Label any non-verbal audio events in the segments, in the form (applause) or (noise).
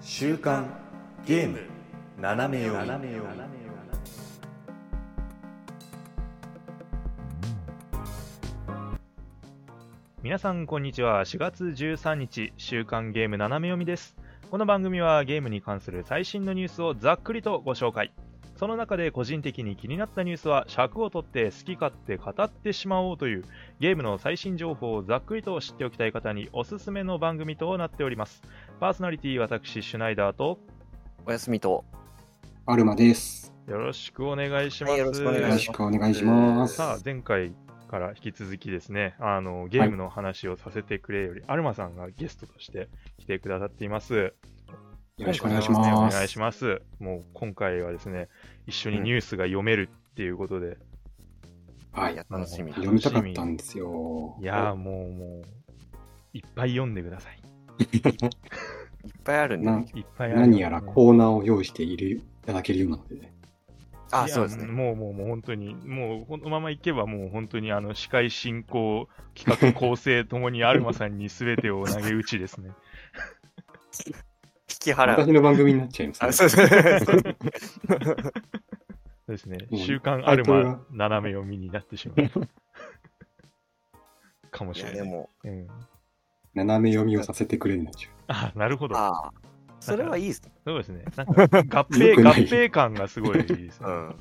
週刊ゲーム斜め読み皆さんこんにちは4月13日週刊ゲーム斜め読みですこの番組はゲームに関する最新のニュースをざっくりとご紹介その中で個人的に気になったニュースは尺を取って好き勝手語ってしまおうというゲームの最新情報をざっくりと知っておきたい方におすすめの番組となっておりますパーソナリティ私シュナイダーとおやすみと。アルマです。よろしくお願いします、はいよろしくお願いよしろましくお願いします。さあ前回から引き続きですねあのゲームの話をさせてくれより、アルマさんがゲストとして来てくださっていますよろしくお願いし今回はまねお願いす。しますもう今回はですね一緒にニュースが読めるっていうことで、はい。や、楽しみだ。読みたかったんですよ。いやーもうもういっぱい読んでくださいいっぱいあるなね。いっぱいある何やらコーナーを用意しているいただけるようなので、あ、いやそうですね。もうもうもう本当にもうこのままいけばもう本当にあの司会進行企画構成ともにアルマさんに全てを投げ打ちですね引き払私 (laughs) う。の番組になっちゃいますねあ、そうですね。そうですねうん週刊アルタイトルがマ斜め読みになってしまう (laughs) かもいしや、れでない、も、うん、斜め読みをさせてくれるんでしょあなるほどああ、それはいいですね。そうですね。なんか合併、よく合ない併感がすごいですうね。ん。う。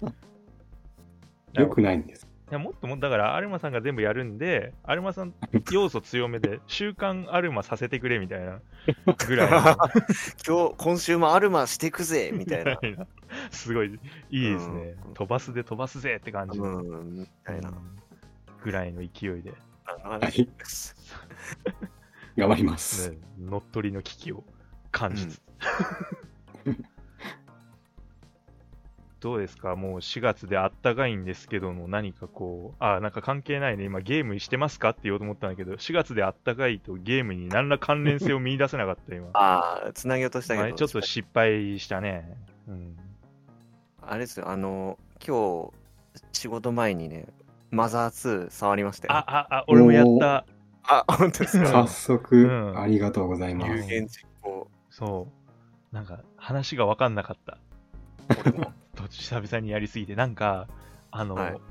よくないんです。いやもっとも、だから、アルマさんが全部やるんで、アルマさん要素強めで、週刊アルマさせてくれみたいなぐらいの。今日、今週もアルマしてくぜ、みたいな。みたいな (laughs) すごい、いいですね。うん飛ばすで飛ばすぜって感じうの、ん、みたいな。ぐらいの勢いで、ねはい。頑張ります。乗っ取りの危機を感じつつ。 (laughs) どうですかもう4月であったかいんですけども、何かこう、あ、なんか関係ないね、今ゲームしてますかって言おうと思ったんだけど、4月であったかいとゲームに何ら関連性を見出せなかった、今。ああ、つなげようとしたはけいど、ちょっと失敗したね。うん。あれですよ、あの、今日、仕事前にね、マザー2触りましたよ。あ、、あ、あ、俺もやった。あ、本当ですうんか。早速、うんありがとうございうまん有す。言実行。そう。なんか、話が分かんなかった。俺も。と久々にやりすぎて、なんか、あの、はい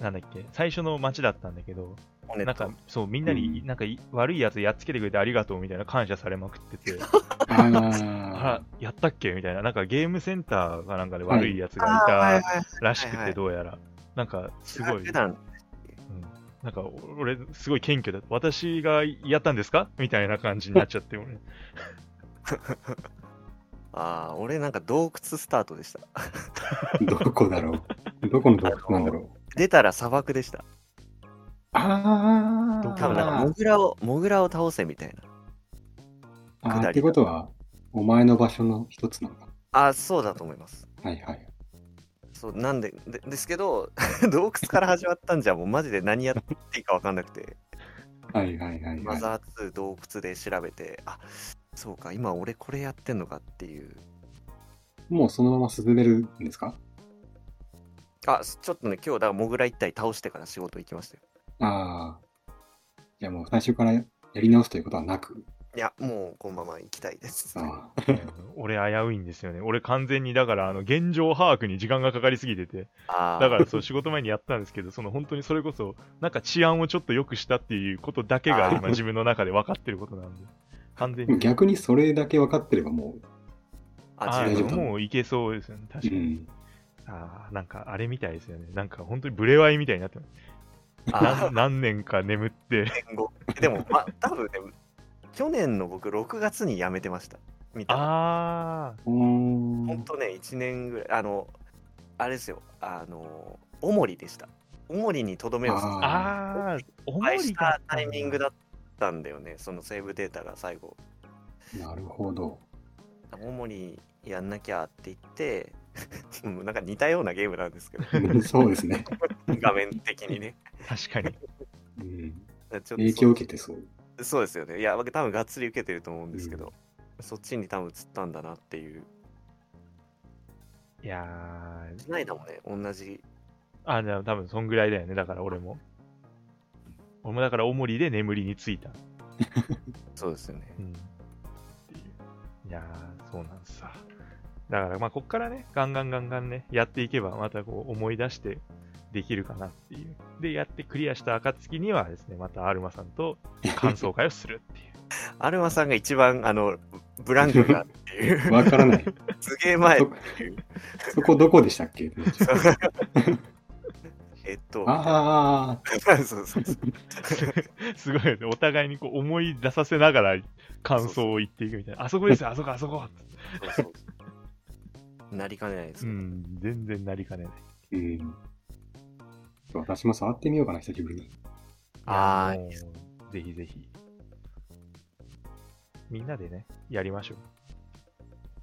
なんだっけ、最初の街だったんだけど、おねなんっかと。、そう、みんなに、うなんかい、悪いやつやっつけてくれてありがとうみたいな感謝されまくってて、ああらら、、やったっけみたいな、なんかゲームセンターかなんかで悪いやつがいたはい。らしくはいはて、いどうやら。なんか、すごい、普段、うんなんか、お俺、すごい謙虚だ。私がやったんですかみたいな感じになっちゃって、 (laughs) 俺。ああ、俺なんか洞窟スタートでした。 (laughs) どこだろう。どこの洞窟なんだろう。出たら砂漠でした。あどこ多分なんかあモ。グラを、モグラを倒せみたいな。あ下りーだってことは、お前の場所の一つなのか。ああ、そうだと思います。はいはい。そう、なんで、でですけど、 (laughs) 洞窟から始まったんじゃ、もうマジで何やっていいかわかんなくて、はいはいはい、マはい。ザー2洞窟で調べて、あそうか、今俺これやってんのかっていう。もうそのまま進めるんですかあ、ちょっとね、今日だからモグラ一体倒してから仕事行きましたよ。ああ。じゃあもう最初からやり直すということはなく。いや、もうこのまま行きたいです。ああ。俺、危ういんですよね。俺、完全に、だから、あの、現状把握に時間がかかりすぎてて。あだから、そう、仕事前にやったんですけど、その、本当にそれこそ、なんか治安をちょっと良くしたっていうことだけが、あー今、自分の中で分かってることなんで。完全でもに。逆にそれだけ分かってればもああ、ー十で大丈も分夫もういけそうですよね。う、確うかに。ん。ああ、なんか、あれみたいですよね。なんか、本当にブレワイみたいになってます。あな何年か眠って。 (laughs) 年後。でも、まあ、多分ね、去年の僕、6月に辞めてました。みたいな。あうーんほんとね、1年ぐらい、あの、あれですよ、あの、おもりでした。おもりにとどめを刺あ、さーああ、おせしだったんだタイミングだったんだよね、そのセーブデータが最後。なるほど。 (laughs) おもりやんなきゃって言って、うんなんか似たようなゲームなんです (laughs) けど、うんそうですね。画面的にね。確かに。うん、ちょっと影響を受けてそう。そそうですよね。いや、僕多分がっつり受けてると思うんですけど、そっちに多分移ったんだなっていう。いやスナイダーもね、同じ。ー、あ、でも多分そんぐらいだよね。だから俺も。俺もだから、おもりで眠りについた。そうですよねう。ん。っていういいやー、そうなんさ。だから、まあ、こっからね、ガンガンガンガンね、やっていけば、またこう、思い出してできるかなっていう。で、やってクリアした暁にはですね、またアルマさんと (laughs) 感想会をするっていう。アルマさんが一番、あの、ブランクがあるっていう。 (laughs) わからない。すげえ前そ。そこどこでしたっけってなっちゃうえっと、ああ、 (laughs) そうそうそう。 (laughs) すごいよね。お互いにこう思い出させながら感想を言っていくみたいな。あそこですよ、あそこ、あそこ。そうそうそうなりかねないですうね、ん、全然なりかねない。うん。私も触ってみようかな、久しぶりに。あいやもうぜひぜひ。みんなでね、やりましょう。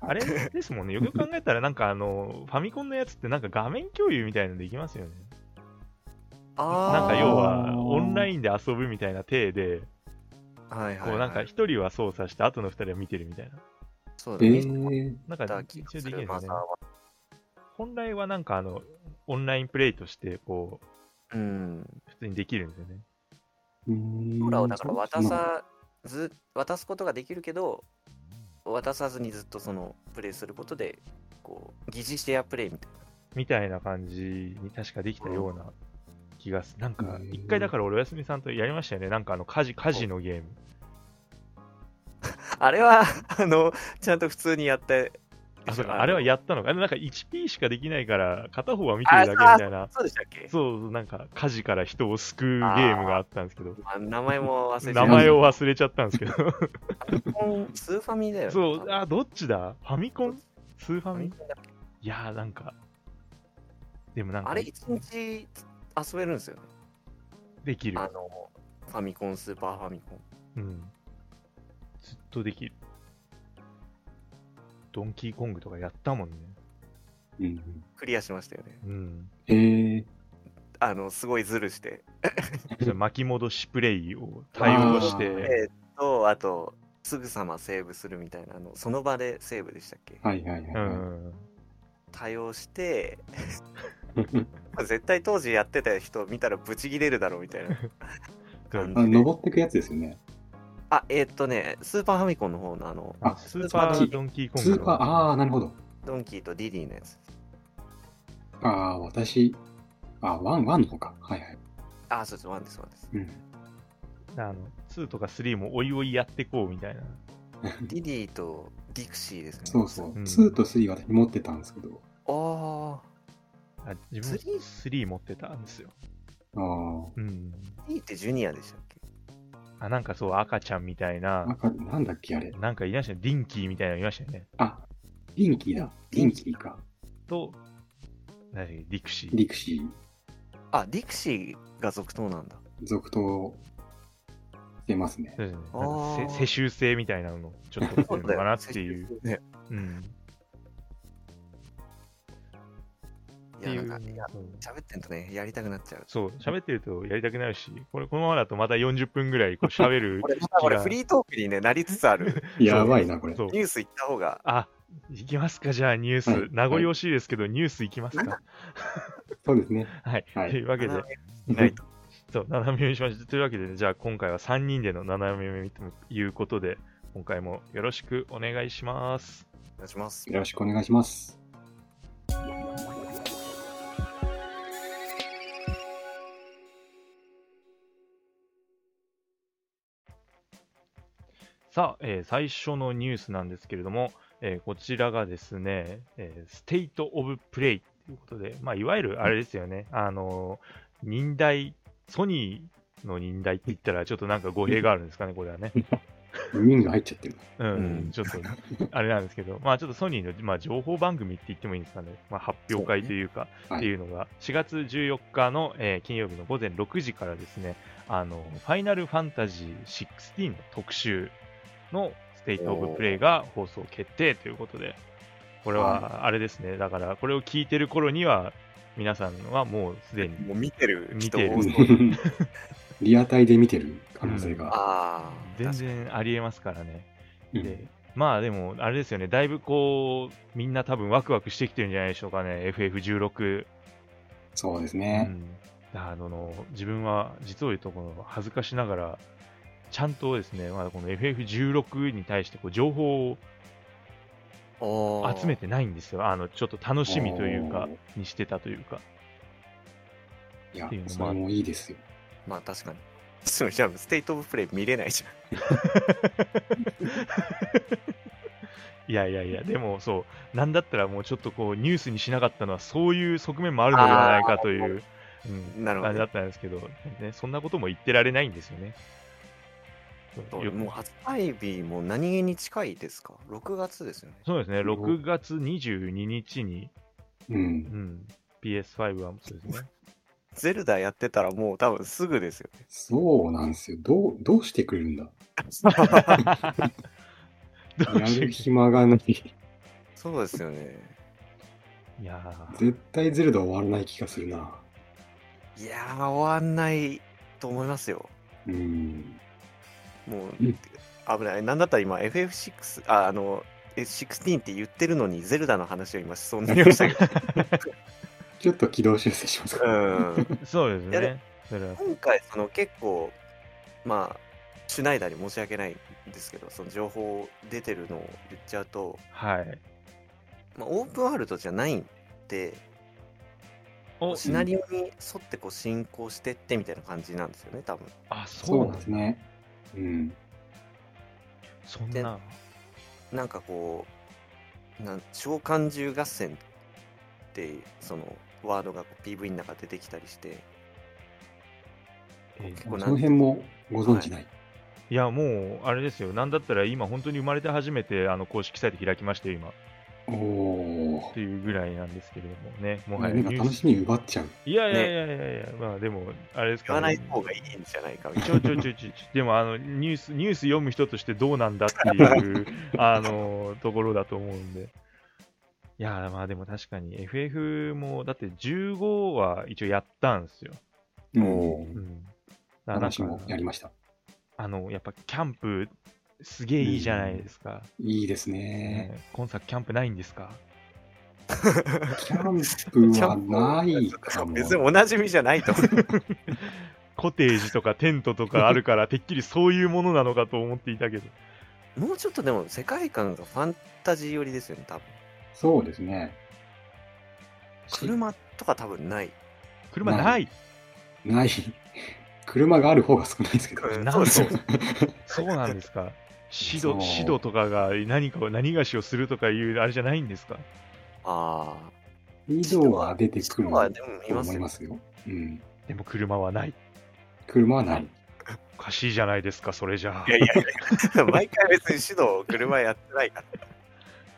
あれですもんね。よく考えたら、なんかあの、ファミコンのやつってなんか画面共有みたいなのできますよね。あーなんか要あは、ーオンラインで遊ぶみたいな体で、はいはい、こうなんか一人は操作して、後の二人は見てるみたいな。そうえだね。ー、なんか、気が一応すできるるんでマすザねー。は。本来はなんかあの、オンラインプレイとして、こう、うん。普通にできるんですよね。うーんコーラをだから渡さず、渡すことができるけど、渡さずにずっとそのプレイすることで、こう、疑似シェアプレイみたいみたいな感じに確かできたような気がする。なんかう、ん一回だから俺おやすみさんとやりましたよね。なんかあの、家事、家事のゲーム。な。あれは、あの、ちゃんと普通にやって、あ、そうか、あれはのやったのか。あれなんか 1P しかできないから、片方は見てるだけみたいな。そうでしたっけそうそう、なんか、家事から人を救うゲームがあったんですけど、あ名前も忘れて名前を忘れちゃったん (laughs) ですけど。スーファミだよね。そう、あ、どっちだファミコンスーファファミミコンだっけいやー、なんか、でもなんかあ、れ一日遊べるんですよね。できるあ。の、ファミコン、スーパーファミコン。うん。ずっとできる。ドンキーコングとかやったもんね。うんうん。クリアしましたよね。 (laughs) うん。えー、あの、すごいズルして。それ巻き戻しプレイを対応しあーて、えーっと、あと、すぐさまセーブするみたいな、あのその場でセーブでしたっけ、はいはいはいうはん。対応して、い。まあ絶対当時やってた人見たらブチギレるだろうみたい (laughs) な感あじで。登ってくやつですよね。あ、えーっとね、スーパーファミコンの方のあの、あスーパードンキーコングスの。ーパー、ああ、なるほど。ドンキーとディディのやつ。ああ、私、あ、ワン、ワンの方か。はいはい。あ、そうです、ワンです、ワンです。うん。あの、2とか3もおいおいやってこうみたいな。ディディとディクシーですね。そうそうう。ん2と3私持ってたんですけど。ああ自分スリー3持ってたんですよ。あうん。あ、ディディってジュニアでしたっけあ、なんかそう、赤ちゃんみたいあ、なんな、か、なんだっけあれ。なんかいましたね。ディンキーみたいなのいましたよね。あ、リンキーだ。リンキーか。と、何だっけディクシー。リクシー、あ、ディクシーが続投なんだ。続投してますね。 (laughs) そうですね。あなんーかせ世襲制みたいなのちょっとってるのかなって (laughs) いう。ね。うん。いや、なんか、っていいやうそう喋ってんとね、やりたくなっちゃう。。そう、喋ってるとやりたくなるし、これこのままだとまた40分ぐらいこう喋る (laughs) 俺、また俺、フリートークに、ね、なりつつある。やばいな、これ。そう。ニュース行った方が、あ、行きますか、じゃあニュース。はい名残惜しいですけど、ニュース行きますか。そうですね。はい。はいというわけで、斜めないと。そう、斜め読みしました。というわけでね、じゃあ今回は3人での斜め読みということで、今回もよろしくお願いします。お願いします。よろしくお願いします。さあ、えー最初のニュースなんですけれども、えーこちらがですね、えーステイト・オブ・プレイということで、まあ、いわゆるあれですよね、あのー、忍耐、ソニーの忍耐って言ったら、ちょっとなんか語弊があるんですかね、これはね。ウィンが入っちゃってる。うん、うんちょっと、あれなんですけど、 (laughs) まあ、ちょっとソニーの、まあ、情報番組って言ってもいいんですかね、まあ、発表会というか、そうねはいっていうのが、4月14日の、えー金曜日の午前6時からですね、あの、ファイナルファンタジー16の特集のステイトオブプレイが放送決定ということで、これは、あれですね、だから、これを聞いてる頃には、皆さんはもうすでに、もう見てる人見てる多そう (laughs) リアタイで見てる可能性が。ああ、全確かに。然ありえますからね。うんで、まあでも、あれですよね、だいぶこう、みんな多分ワクワクしてきてるんじゃないでしょうかね、FF16。そうですうね。ん、あの自分は実を言うとこの恥ずかしながらちゃんとですね、まあ、この FF16 に対してこう情報を集めてないんですよ。あの、ちょっと楽しみというか、にしてたというか。いやっていうの、もそれもいいですよ。まあ確かに。そうじゃあ、ステイトオブプレイ見れないじいやいやいや、でもそう、なんだったらもうちょっとこう、ニュースにしなかったのは、そういう側面もあるのではないかという、うん、なるほ感どじだったんですけど、ね、そんなことも言ってられないんですよね。ゃ。そうんよもう発売日も何気に近いですか ?6 月ですよね。そうですね、6月22日に、うんう。ん、PS5 はそうですね。 (laughs) ゼルダやってたらもう多分すぐですよね。そうなんですよ。どう、どうしてくれるんだ (laughs) どうやしよる暇がない。そうですよね。 (laughs) ういやー絶対ゼルダ終わらない気がするな。いやー、終わんないと思いますよ。うん。もう、うん危ない。なんだったら今、FF6、あ、あの、え16って言ってるのに、ゼルダの話を今、しそうになりましたけど。ちょっと軌道修正しますか。うん、そうですやれね。それは今回、その結構、まあ、シュナイダーに申し訳ないんですけど、その情報出てるのを言っちゃうと、はい。まあ、オープンワールドじゃないんで、おシナリオに沿ってこう進行してってみたいな感じなんですよね、多分。あ、そそううななんんでだす。ね。うん。そんな。なんかこう、なん召喚獣合戦って、その、ワードがこう PV の中で出てきたりして、えーその辺もご存知ない。いや、もう、あれですよ。なんだったら今、本当に生まれて初めて、あの、公式サイト開きましたよ、今。おおっ。ていうぐらいなんですけれどもね。もはやなんかニュ楽ース。しみ奪っちゃう。いやいやいやいやいや、まあでも、あれです言かわなね、い方がいいんじゃないかみたいちょちょちょちょちょ、でもあのニュース、ニュース読む人としてどうなんだっていう、あのところだと思うんで。いやー、まあでも確かに FF も、だって15は一応やったんですよ。おおうーん。だからなん私かもやりました。あの、やっぱキャンプ、すげえいいじゃないですか。いいですね。ね今作キャンプないんですかキャンプはないかも。な。別におなじみじゃないと思う。コテージとかテントとかあるから、てっきりそういうものなのかと思っていたけど。 (laughs) もうちょっとでも世界観がファンタジー寄りですよね、多分。そうですね。車とか多分ない。車ないない。車がある方が少ないですけど。うんなんそうとですそうなんですか。シドそうシドとかが何かを何がしをするとかいうあれじゃないんですかああ。移動は出てくる人とはでもいま思すいよま。すよ。うん。でも車はない。車はない。おかしいじゃないですか、それじゃあい。やいやいや、毎回別にシド車やってないから。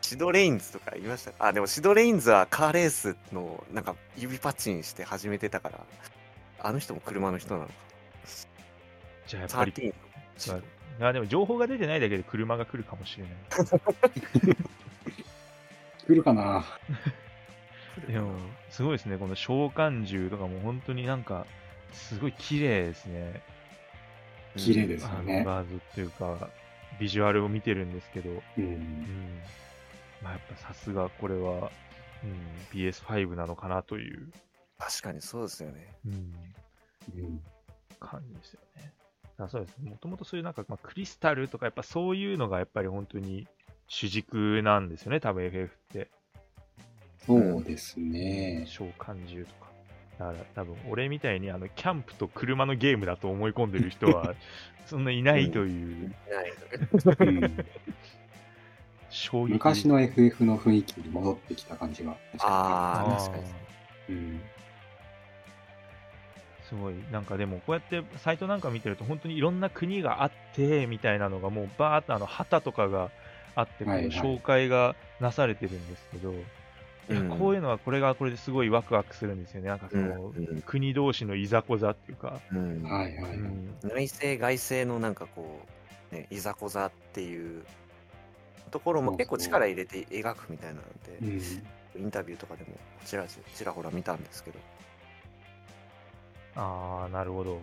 シドレインズとか言いましたかあ、でもシドレインズはカーレースのなんか指パチンして始めてたから、あの人も車の人なのか。じゃあやっぱり、 13まああでも情報が出てないだけで車が来るかもしれない。来るかなでも、すごいですね、この召喚獣とかも本当になんか、すごい綺麗ですね。綺麗ですよあのね。画像っていうか、ビジュアルを見てるんですけど、う。うんん。まあやっぱさすがこれは、うん、PS5 なのかなという、確かにそうですよね。うん、うん感じですよね。あそうです。もともとそういうなんか、まあ、クリスタルとかやっぱそういうのがやっぱり本当に主軸なんですよね、多分 FF って。そうですね。召喚獣とか。だから多分俺みたいにあのキャンプと車のゲームだと思い込んでる人 (laughs) はそんないないというない。うん衝撃 (laughs) 昔の FF の雰囲気に戻ってきた感じが。あーあー確かにうん。すごい、なんかでも、こうやってサイトなんか見てると、本当にいろんな国があってみたいなのが、もうバーっとあの旗とかがあって、こうはいはい紹介がなされてるんですけど、いやうんこういうのはこれがこれですごいワクワクするんですよね、なんかその、うんうん国同士のいざこざっていうか、うんはいはいはい。うん内政外政のなんかこう、ね、いざこざっていうところも結構力入れて描くみたいなのうで、ん。インタビューとかでもちらちらちらほら見たんですけどあー、なるほど。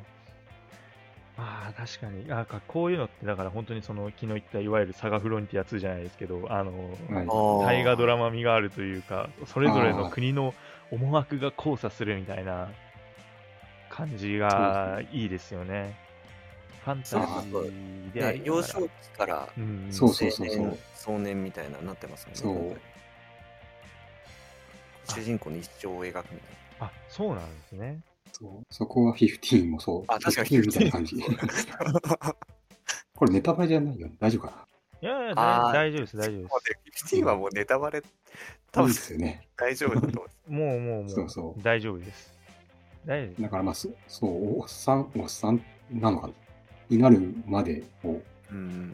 ああ、確かに。なんかこういうのって、だから本当にその、昨日言った、いわゆるサガフロンティア2じゃないですけど、あの、はい大河ドララマ味があるというか、それぞれの国の思惑が交差するみたいな感じがいいですよね。ファンタジーでありながら幼少期からうんそうそうそう青年少年みたいなのになってますそもんねう。今回主人公の一生を描くみたいあ、そうなんですね。そうそこは15もそう。あ確かに15みたいな感じ。な。 (laughs) これネタバレじゃないよね。大丈夫かいやいや、大あー大丈夫です、大丈夫です。 15はもうネタバレ、な多いい分ですよね。大丈夫だと思う。もうもうもう、そうそ大丈夫です。大丈夫です。だからまあ、そそう、おっさん、おっさんなのかなになるまでをうん。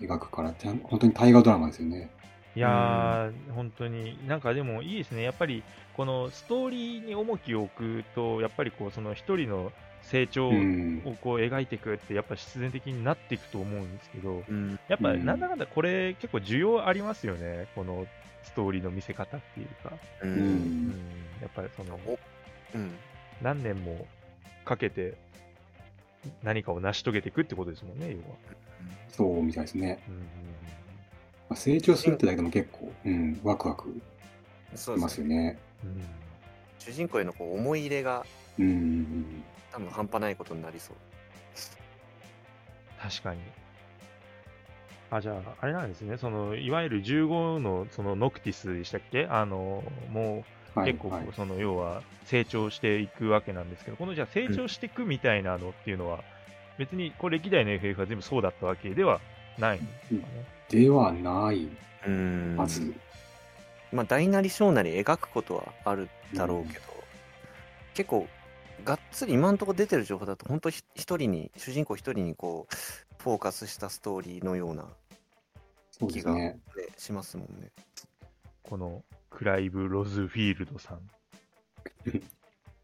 描くから、ちゃん本当に大河ドラマですよね。いやー、本当に、なんかでもいいですね。やっぱり、このストーリーに重きを置くと、やっぱりこう、その一人の成長をうん。こう描いていくって、やっぱ必然的になっていくと思うんですけど、うん。やっぱ、うんなんだかんだこれ、結構需要ありますよね。このストーリーの見せ方っていうか。う。うんうんん。、やっぱりその、うん。何年もかけて何かを成し遂げていくってことですもんね、要は。そうみたいですね。うんうんうんまあ成長するってだけでも結構、うん、ワクワクそしうまですすよね。ね。うん主人公へのこう思い入れがうん。多分半端ないことになりそう。確かに。あ、じゃあ、あれなんですね、その、いわゆる15の、その、ノクティスでしたっけあの、もう、はい。結構、はい、その、要は、成長していくわけなんですけど、この、じゃあ、成長していくみたいなのっていうのは、別に、これ、歴代の FF は全部そうだったわけではないんですかね。ではないうんはず。まあ、大なり小なり描くことはあるだろうけど、結構がっつり今のところ出てる情報だと本当ひ一人に主人公一人にこうフォーカスしたストーリーのような、ね、そうですね。しますもんね。この、クライブ・ロズフィールドさん。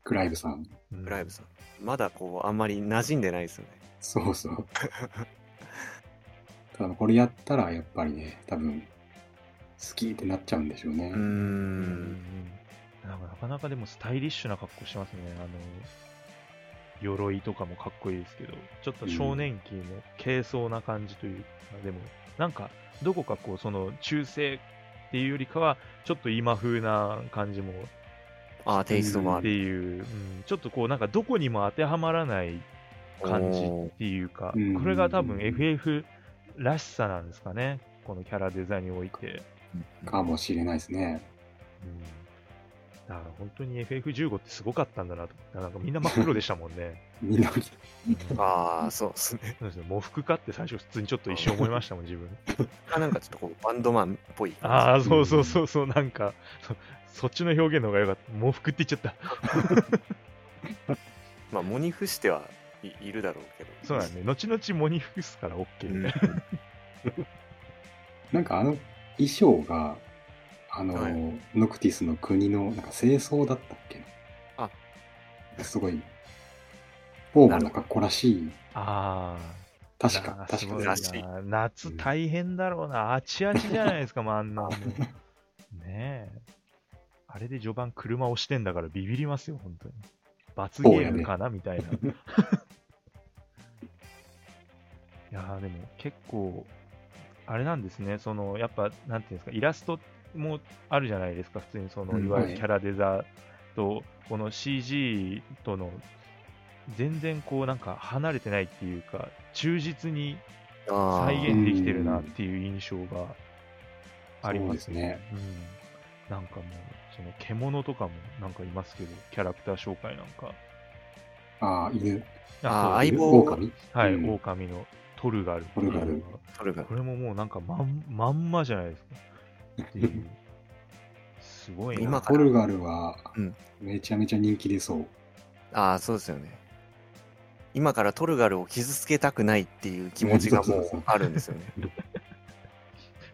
クライブさん。うんブライブさんまだこうあんまり馴染んでないですよね。そ (laughs) うそう。ただこれやったらやっぱりね、多分、好きってなっちゃうんでしょうね。んなんかなかなかでもスタイリッシュな格好してますね。あの、鎧とかもかっこいいですけど、ちょっと少年期の軽装な感じというか、でも、なんか、どこかこう、その、中性っていうよりかは、ちょっと今風な感じもああテイストもあってる。いう、うんちょっとこう、なんかどこにも当てはまらない感じっていうか、うんこれが多分 FF らしさなんですかね。このキャラデザインにおいて。かもしれないですね。うんだから本当に FF15 ってすごかったんだなと思ってなんかみんな真っ黒でしたもんね。 (laughs) みんな、うんああそうですね。そうですね喪服かって最初普通にちょっと一瞬思いましたもん、自分。あなんかちょっとこうバンドマンっぽい。 (laughs) ああ、そうそうそうそう、なんかそ、そっちの表現の方が良かった。喪服って言っちゃった。まあモニフしてはいいるだろうけど。そうだね。 (laughs) 後々モニフスから OK みたいな。 (laughs) なんかあの衣装が、あの、はいノクティスの国の、なんか清掃だったっけなあすごい、フォーマルな格好らしい。ああ。確かな、確すごかいらなしい夏大変だろうな。あちあちじゃないですか、もうあ (laughs) んなもん。ねえ。あれで序盤車押してんだからビビりますよ、本当に。罰ゲそうやーねムかな、みたいな。い (laughs) やーでも結構、あれなんですね、その、やっぱ、なんていうんですか、イラストもあるじゃないですか、普通にその、うんいわゆはるいキャラデザと、この CG との、全然こう、なんか離れてないっていうか、忠実にあ再ー現できてるなっていう印象がありますうんなんかもう、その獣とかもなんかいますけど、キャラクター紹介なんか。ああ、犬、あーそう相棒狼はい、うん狼のトルガルっていうのがトルガそれがこれももうなんかまんまんまじゃないですか。っていう。すごいな。今かポルガルはうん、めちゃめちゃ人気出そう。ああ、そうですよね。今からトルガルを傷つけたくないっていう気持ちがもそうそううあるんですよね。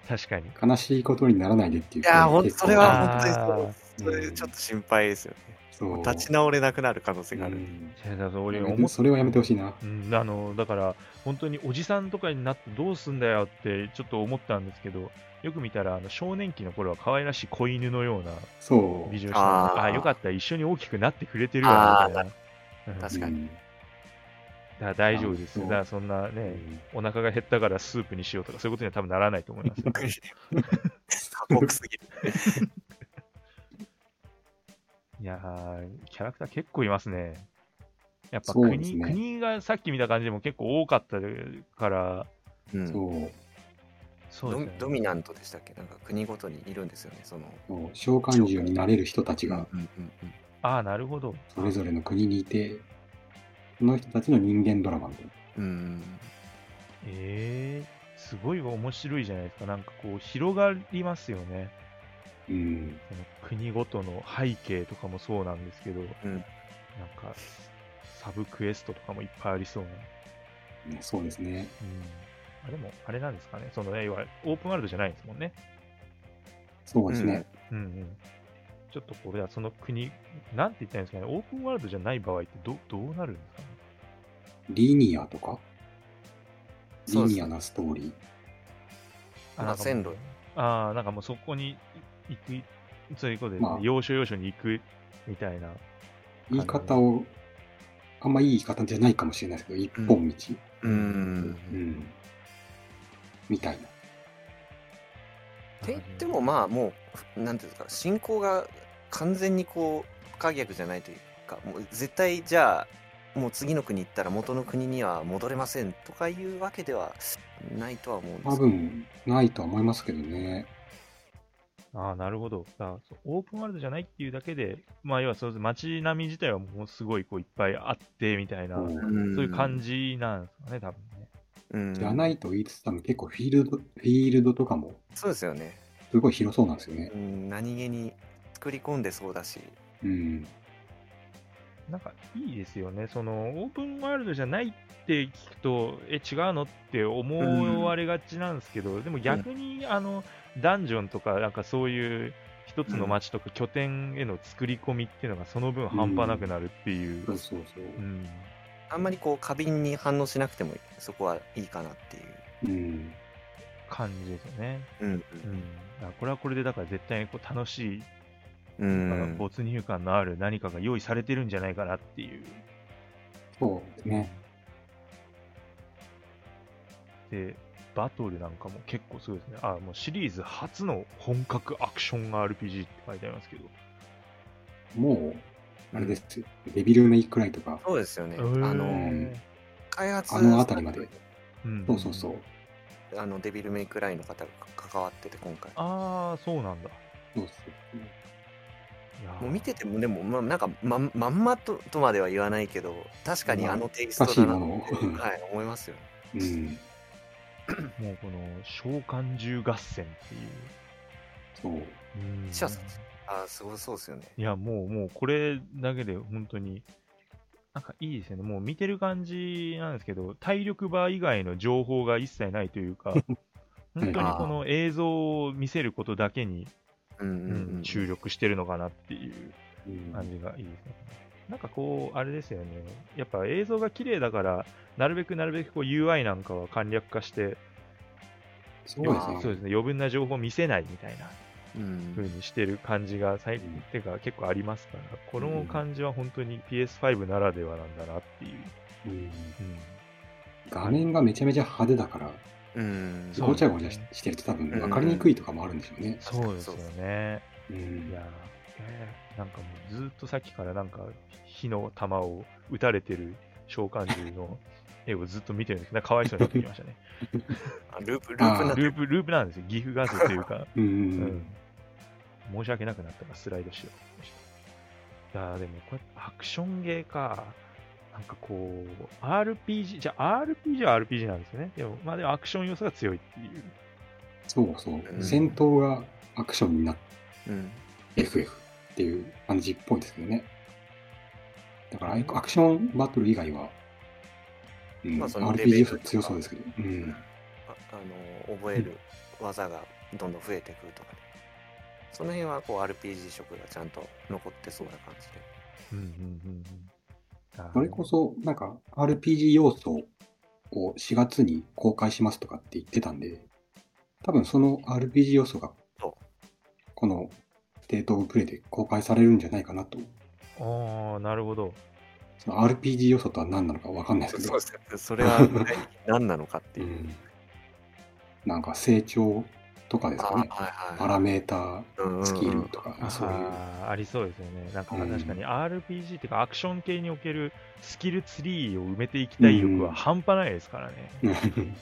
確かに。悲しいことにならないで (laughs) っていう。いやー、ほん結構それはあー本当にそう。それちょっと心配ですよね。そう。立ち直れなくなる可能性があうる。んいやだから俺やめて思っそれはやめてほしいな。うん、あのだから、本当におじさんとかになってどうすんだよってちょっと思ったんですけど、よく見たら、あの少年期の頃は可愛らしい子犬のようなそう。ビジュアルあーああ、よかった、一緒に大きくなってくれてるよな、みたいな。うんだか確かにうんら大丈夫です。あだーそうからそんなうね、んお腹が減ったからスープにしようとか、そういうことには多分ならないと思います。過酷すぎる。いやー、キャラクター結構いますね。やっぱそうで国,、すね国がさっき見た感じでも結構多かったから、うんそう、そうドですミねドミナントでしたっけなんか国ごとにいるんですよね、その。そう召喚獣になれる人たちがうんうんうんああ、なるほど。それぞれの国にいて、その人たちの人間ドラマみたいな。うんえー、すごい面白いじゃないですか。なんかこう、広がりますよね。うん。その国ごとの背景とかもそうなんですけど、んなんか、サブクエストとかもいっぱいありそうな。ねそうですね。うん、あでも、あれなんですかね。その、ね、いわゆるオープンワールドじゃないですもんね。そうですね。うんうん。ちょっとこれはその国、なんて言ったらいいんですかね。オープンワールドじゃない場合ってどどうなるんですかね。リニアとか、リそうですニアなストーリー。あなまあんかもう線路ああ、なんかもうそこに行く、そういうことで、ねまあ要所要所に行くみたいな。言い方を、あんまいい言い方じゃないかもしれないですけど、一本道。うんうんうん。みたいな。って言ってもまあもうなんていうんですか進行が完全にこう不可逆じゃないというかもう絶対じゃあもう次の国行ったら元の国には戻れませんとかいうわけではないとは思うんで多すけど分、ないとは思いますけどね。ああ、なるほど。だからそうオープンワールドじゃないっていうだけで、まあ、要はそうです街並み自体はもうすごいこういっぱいあってみたいな、こうそういう感じなんですかね、多分ね。うんじゃないと言いつつ、多分結構フィールド、フィールドとかも、そうですよね、すごい広そうなんですよね。うん、何気に作り込んでそうだしうん。なんかいいですよね、そのオープンワールドじゃないって聞くと、え、違うのって思われがちなんですけど、でも逆に、あのダンジョンとか、なんかそういう一つの街とか拠点への作り込みっていうのが、その分半端なくなるっていう。そうそうそう。うんあんまりこう過敏に反応しなくてもそこはいいかなっていう、うん。感じですよね。うんうん。だからこれはこれで、だから絶対にこう楽しい、うんなんか没入感のある何かが用意されてるんじゃないかなっていう。そうですね。で、バトルなんかも結構すごいですね。あ、もうシリーズ初の本格アクション RPG って書いてありますけど。もう、あれですよ。デビルメイクライとか、そうですよね、あうのん開発あの辺りまで。うんそうそうそう。。あのデビルメイクラインの方が関わってて今回ああ、そうなんだ。そうそう。いやーもう見ててもでもまなんかまんまんまととまでは言わないけど確かにあのテイスト難しいだなもって、のを。はい、思いますようん。もうこの召喚獣合戦っていう。そう。うんシャツあーすごそうですよねいや、もう、もう、これだけで、本当に、なんかいいですよね。もう見てる感じなんですけど、体力バー以外の情報が一切ないというか、本当にこの映像を見せることだけに、うんうんうんうん注力してるのかなっていううん感じがいいですね。なんかこう、あれですよね。やっぱ映像が綺麗だから、なるべくなるべくこう UI なんかは簡略化して、そうですあね。そうですね、余分な情報を見せないみたいなう風んにしてる感じが最近、てか結構ありますから、この感じは本当に PS5 ならではなんだなっていう。うんうん画面がめちゃめちゃ派手だから、うんそうごちゃごちゃししてると多分分かりにくいとかもあるんでしょうね。そうですよね。ういんやー、えーなんかもうずっとさっきからなんか火の玉を撃たれてる召喚獣の絵をずっと見てるんですけど、なんかかわいそうになってきま (laughs) したね。あループループになってループ、ループなんですよ。ギフ画像というか。ううんん。申し訳なくなったからスライドしようと思いました。いやーでもこれアクションゲーか。なんかこう、RPG、じゃあ RPG は RPG なんですよね。でも、まあでもアクション要素が強いっていう。そうそうう。ん戦闘がアクションになっうん、て FF っていう感じっぽいですけどね。だからアクアクションバトル以外は、うんまあそのレベル RPG 要素強そうですけど。うん。ああの覚える技がどんどん増えてくるとかねその辺はこう RPG 色がちゃんと残ってそうな感じでうんうんうんうん。それこそ、なんか RPG 要素を4月に公開しますとかって言ってたんで、多分その RPG 要素がそ、このステートオブプレイで公開されるんじゃないかなと。ああ、なるほど。その RPG 要素とは何なのかわかんないですけど、すねそれは一体何なのかってういう、ん、なんか成長とかですあかね。はいパはラメーター、いうんうんうん。スキルとか、あそういう。ーありそうですよね。なんかうん確かに RPG っていうかアクション系におけるスキルツリーを埋めていきたい欲うはん半端ないですからね。うんうん、本当に。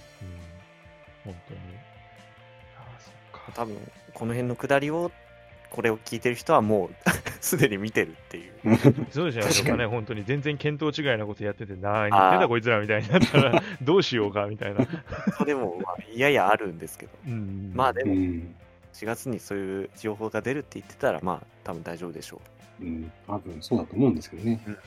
ああ、そっか。多分この辺の下りをこれを聞いてる人はもう (laughs) すでに見てるっていう。そうじゃないですか確かね、本当に全然見当違いなことやってて、何言あーってんだこいつらみたいになったら、どうしようかみたいな。それもまあややあるんですけど、うん、まあでうもん。 4月にそういう情報が出るって言ってたら、まあ多分大丈夫でしょうん。多分そうだと思うんですけどねうん。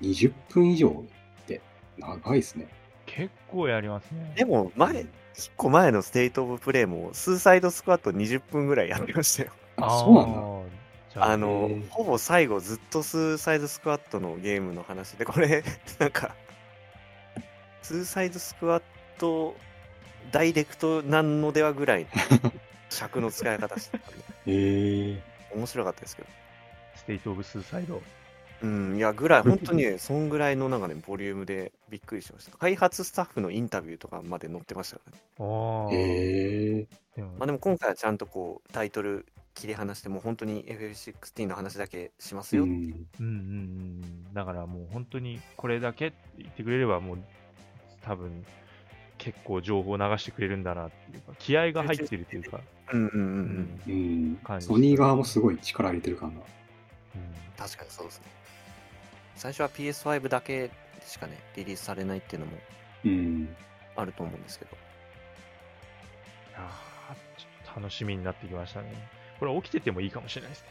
20分以上って長いですね。結構やりますねう。。でも前、1個前のステイトオブプレイも、スーサイドスクワット20分ぐらいやってましたよ。あ、そうなんだ。んだ。じゃあ (laughs) あのへー、ほぼ最後ずっとスーサイドスクワットのゲームの話で、これ、 (laughs) なんか、スーサイドスクワットダイレクトなんのではぐらいの尺の使い方してたんで、へえ。面白かったですけど。ステイト・オブ・スーサイド。うん、いや、ぐらい、本当にね、そんぐらいのなんかね、ボリュームでびっくりしました。開発スタッフのインタビューとかまで載ってましたからね。ああ。へえ。でもまあでも今回はちゃんとこう、タイトル切り離して、もう本当に FF16 の話だけしますうよ。ん。うんうんうん、だからもう本当にこれだけって言ってくれればもう多分結構情報を流してくれるんだなっていうか気合が入ってるというか、うんうんうんう。うんんうん感。じソニー側もすごい力入れてる感が。確かにそうですね。最初は PS5 だけしかね、リリースされないっていうのもうん。あると思うんですけど。あーちょっと楽しみになってきましたねこれ起きててもいいかもしれないです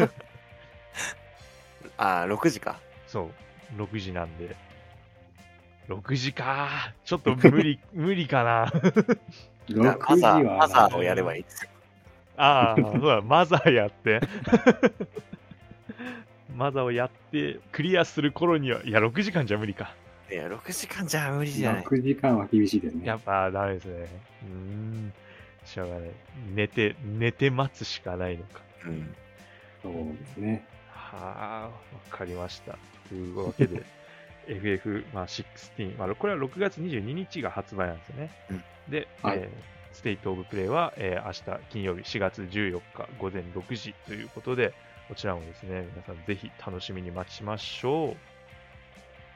ねああ、6時か。そう6時なんで6時かーちょっと無理 (laughs) 無理かな6時朝、は。朝をやればいいですよ。ああそうだマザーやって (laughs) マザーをやってクリアする頃にはいや6時間じゃ無理かいや、6時間じゃ無理じゃない。 6時間は厳しいですねや。っぱダメですね。うーん。しょうがない。寝て、寝て待つしかないのか。うん。そうですね。はあ、わかりました。というわけで、FF、まあ、16、まあ、これは6月22日が発売なんですよね。うんで、はいえーステイトオブプレイは、えー明日金曜日4月14日午前6時ということで、こちらもですね、皆さんぜひ楽しみに待ちましょう。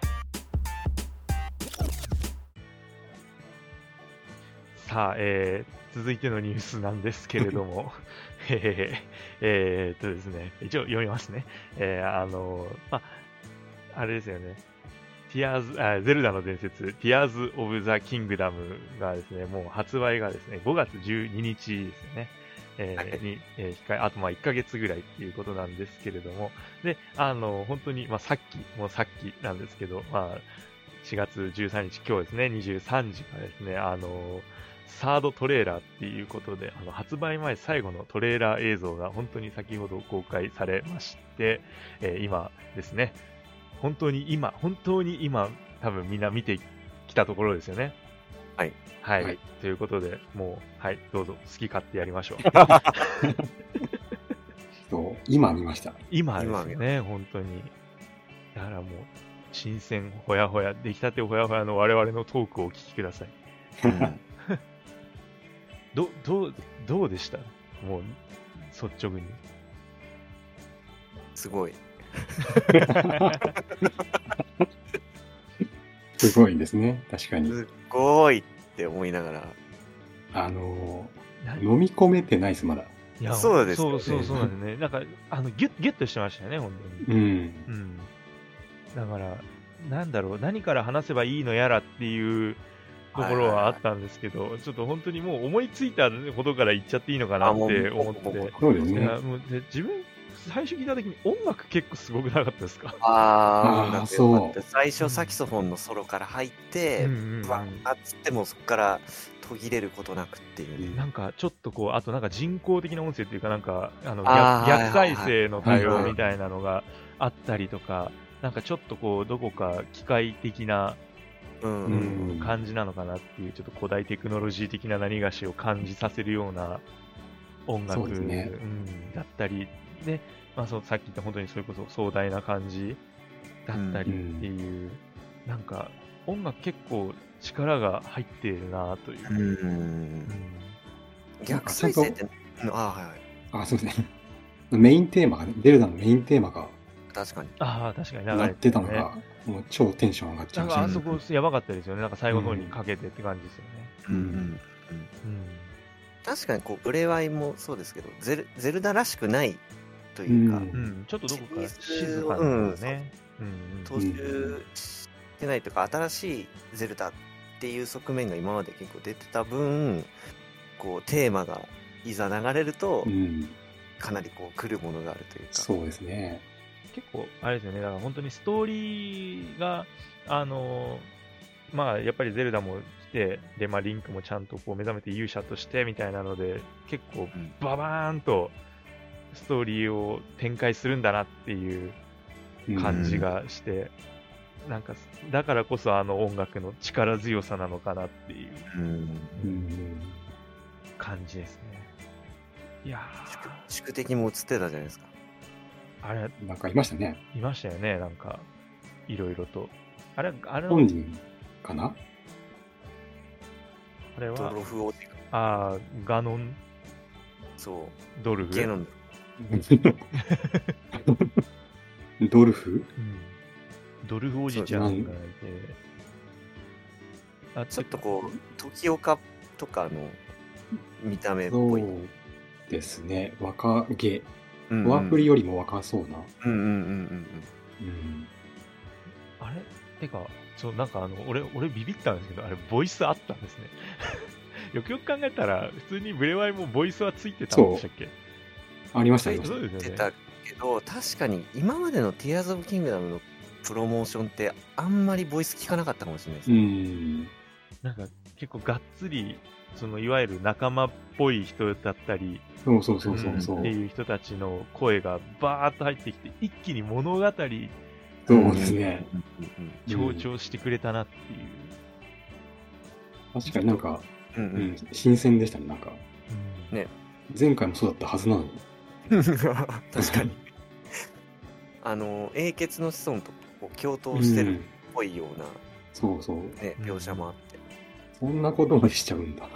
さあ、えー続いてのニュースなんですけれども、 (laughs) えーえーっとですね、一応読みますね。えーあのーまあ、あれですよね。ティアーズ、あ、ゼルダの伝説、ティアーズ・オブ・ザ・キングダムがですね、もう発売がですね、5月12日ですよね。えーに、えー控え、あとまあ1ヶ月ぐらいっていうことなんですけれども、で、あの、本当に、まあさっき、もうさっきなんですけど、まあ、4月13日、今日ですね、23時からですね、あの、サードトレーラーっていうことで、あの発売前最後のトレーラー映像が本当に先ほど公開されまして、えー今ですね、本当に今、本当に今、多分みんな見てきたところですよね。はい。はい。はいということで、もう、はい、どうぞ、好き勝手やりましょう。そう、今見ました。 (laughs) 今ですね、本当に。だからもう、新鮮ほやほや、出来たてほやほやの我々のトークをお聞きください。うんど、どう、どうでしたもう、率直に。すごい。すごいですね。確かに。すごいって思いながら。あのなー、飲み込めてないです、まだ。いやそうですよそうねそうそうなんだよね。なんか、あの、ギュッ、ギュッとしてましたよね、本当うに。ん。うん。だから、なんだろう、何から話せばいいのやらっていうところはあったんですけど、ちょっと本当にもう思いついたことから言っちゃっていいのかなあっもうて思っもうもて。そうですいねや。もうで自分、最初聞いたときに音楽結構すごくなかったですかああーーなんかそうよかった最初、サキソフォンのソロから入って、うんうんうんブワーッつってもそこから途切れることなくっていうね。なんかちょっとこう、あとなんか人工的な音声っていうか、なんかあのあ逆ー逆は再いはい生の対は応いはいみたいなのがあったりとか、なんかちょっとこう、どこか機械的なうんううんん感じなのかなっていう、ちょっと古代テクノロジー的な何がしを感じさせるような音楽そうですねうんだったり、でまあ、そうさっき言った本当にそれこそ壮大な感じだったりっていう、なんか音楽結構力が入っているなというう、ん。逆再生って、うんああ、はいはい。あ、すいません。メインテーマがね、デルダのメインテーマが確かに。ああ確かに流鳴れっててたたのねが、もう超テンション上がっちゃないんましかたあね。そこやばかったですよねなんか最後の方にかけてって感じですよね、うんうん確かにこうブレワイもそうですけどゼルゼルダらしくないというか、うんうんちょっとどこか静かなのね、うんうん踏襲してないというか新しいゼルダっていう側面が今まで結構出てた分こうテーマがいざ流れるとうん。かなりこう来るものがあるというか、そうですね。結構あれですよねだから本当にストーリーがあのまあやっぱりゼルダも来てで、まあ、リンクもちゃんとこう目覚めて勇者としてみたいなので結構うんババーンとストーリーを展開するんだなっていううん感じがして、なんかだからこそあの音楽の力強さなのかなっていううんうん。感じですねいや宿宿敵も映ってたじゃないですかーあれなんかいましたね。いましたよねなんかいろいろとあれあれの本人かなあれドはロフ王子がああガノンそドルうフゲノンドルフうんドルフおじちゃんがいてあちょっとこう時岡とかの見た目っそぽうい、ですね。若毛。うんワープリよりも若そうな。うんうんうんうんうん。あれてか、そう、なんかあの、俺、俺ビビったんですけど、あれ、ボイスあったんですね。 (laughs) よくよく考えたら、普通にブレワイもボイスはついてたんでしたっけありましそた、あうり言までっした。すてよね。たけど、確かに今までの Tears of Kingdom のプロモーションってあんまりボイス聞かなかったかもしれないですうね。ん。なんか、結構がっつり、その、いわゆる仲間っぽい人だったり、そうそうそうそうそうっ。ていう人たちの声がバーッと入ってきて、一気に物語そうですね。うんうん強調してくれたなっていう。確かになんか、うんううんん、新鮮でしたね。なんか、うんね前回もそうだったはずなのに。うん確かに。あの、英傑の子孫とこう共闘してうるっんぽいような、そうそう。ねうん描写もあって。そんなことまでしちゃうんだ。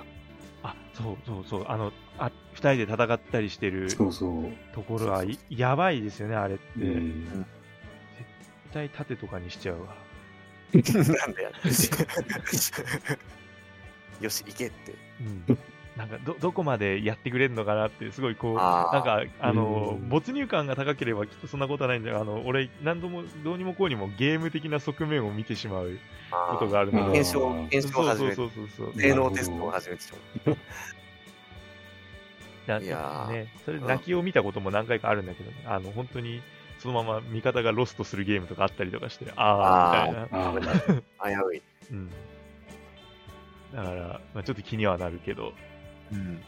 あ、そうそうそう、あの、あ二人で戦ったりしてるそうそう。ところは、いやばいですよね、あれって。うん。絶対縦とかにしちゃうわ。 (laughs) なんだよ。よし、行けって。うん、なんかど、どこまでやってくれるのかなって、すごいこう、あーなんか、あのう、ん没入感が高ければきっとそんなことはないんだよ。あの、俺、何度も、どうにもこうにもゲーム的な側面を見てしまうあことーがあるのーで。検証、検証そをう始そうめそる。うそうそう。ね性能テストを始めてしまう。だいやーね、それ泣きを見たことも何回かあるんだけど、あの、本当に、そのまま味方がロストするゲームとかあったりとかして、あー、あーみたいな。ああ、危うい。うん。だから、まあ、ちょっと気にはなるけど、うん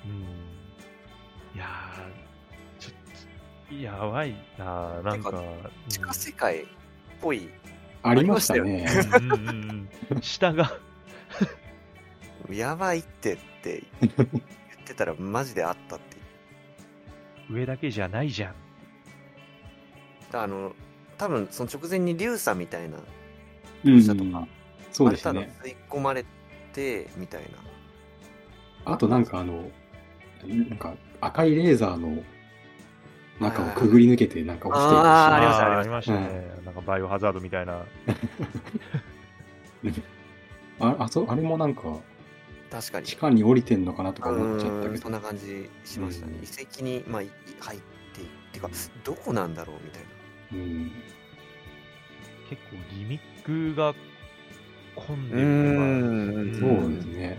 いやー、ちょっと、やばいなー、なんか。てかうん地下世界っぽいありましたね。うんうんうん下が、やばいってって言ってたらマジであったって上だけじゃないじゃん。あの多分その直前に流砂みたいなうんしたとか。そうあでれしたただね。吸い込まれてみたいなあとなんかあの、なんか赤いレーザーの中をくぐり抜けてなんか落ちていく (laughs) しあーありましたーありましたね。なんかバイオハザードみたいな。ああそうあれもなんか確かに地下に降りてんのかなとうか思っちゃったーけんそどんな感じしましたね、うん遺跡に、まあ、い入ってっていうかどこなんだろうみたいなうん結構ギミックが混んでるのがそうですね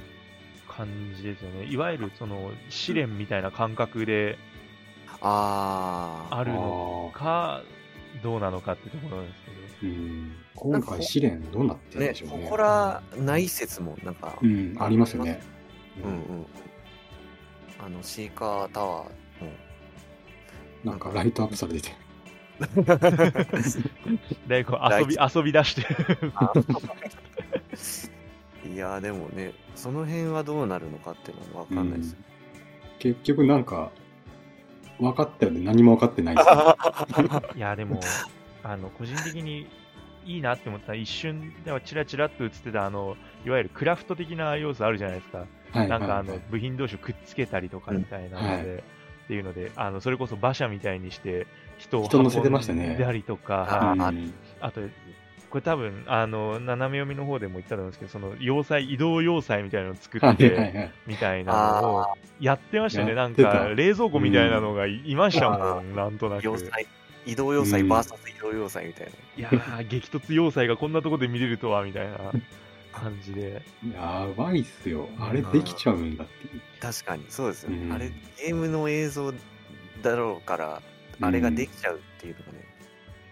感じですよね。いわゆるその試練みたいな感覚であーあるのあか、どうなのかってところなんですけど。ーうん今回試練どうなってるんねでしょうねここらない説もなんか、うんありますよねうんうんあのシーカータワーなんかライトアップされてて (laughs) でこう遊び、遊び出してる。いやーでもねその辺はどうなるのかっていうのは分かんないですよ、結局なんか分かったよね何も分かってな (laughs) いですねいや、でも、あの、個人的にいいなって思ったのは一瞬、ではチラチラっと映ってた、あの、いわゆるクラフト的な要素あるじゃないですか。はい。なんかあはのい部品同士をくっつけたりとかみたいなので、うっていうので、あのそれこそ馬車みたいにして人を人乗せてましたね運んだりとあか、ーうんあと、これ多分、あの、斜め読みの方でも言ったと思うんですけど、その要塞、移動要塞みたいなのを作はっいはて、いはい。みたいなのをやってましたよね。やなっんてたか、冷蔵庫みたいなのがいいましたもん、なんとなく。要塞、移動要塞うん VS 移動要塞みたいな。いやー、激突要塞がこんなとこで見れるとは、みたいな感じで。やばいっすよ。あれできちゃうんだっていう。確かに、そうですよね。うんあれ、ゲームの映像だろうから、あれができちゃうっていうのがね。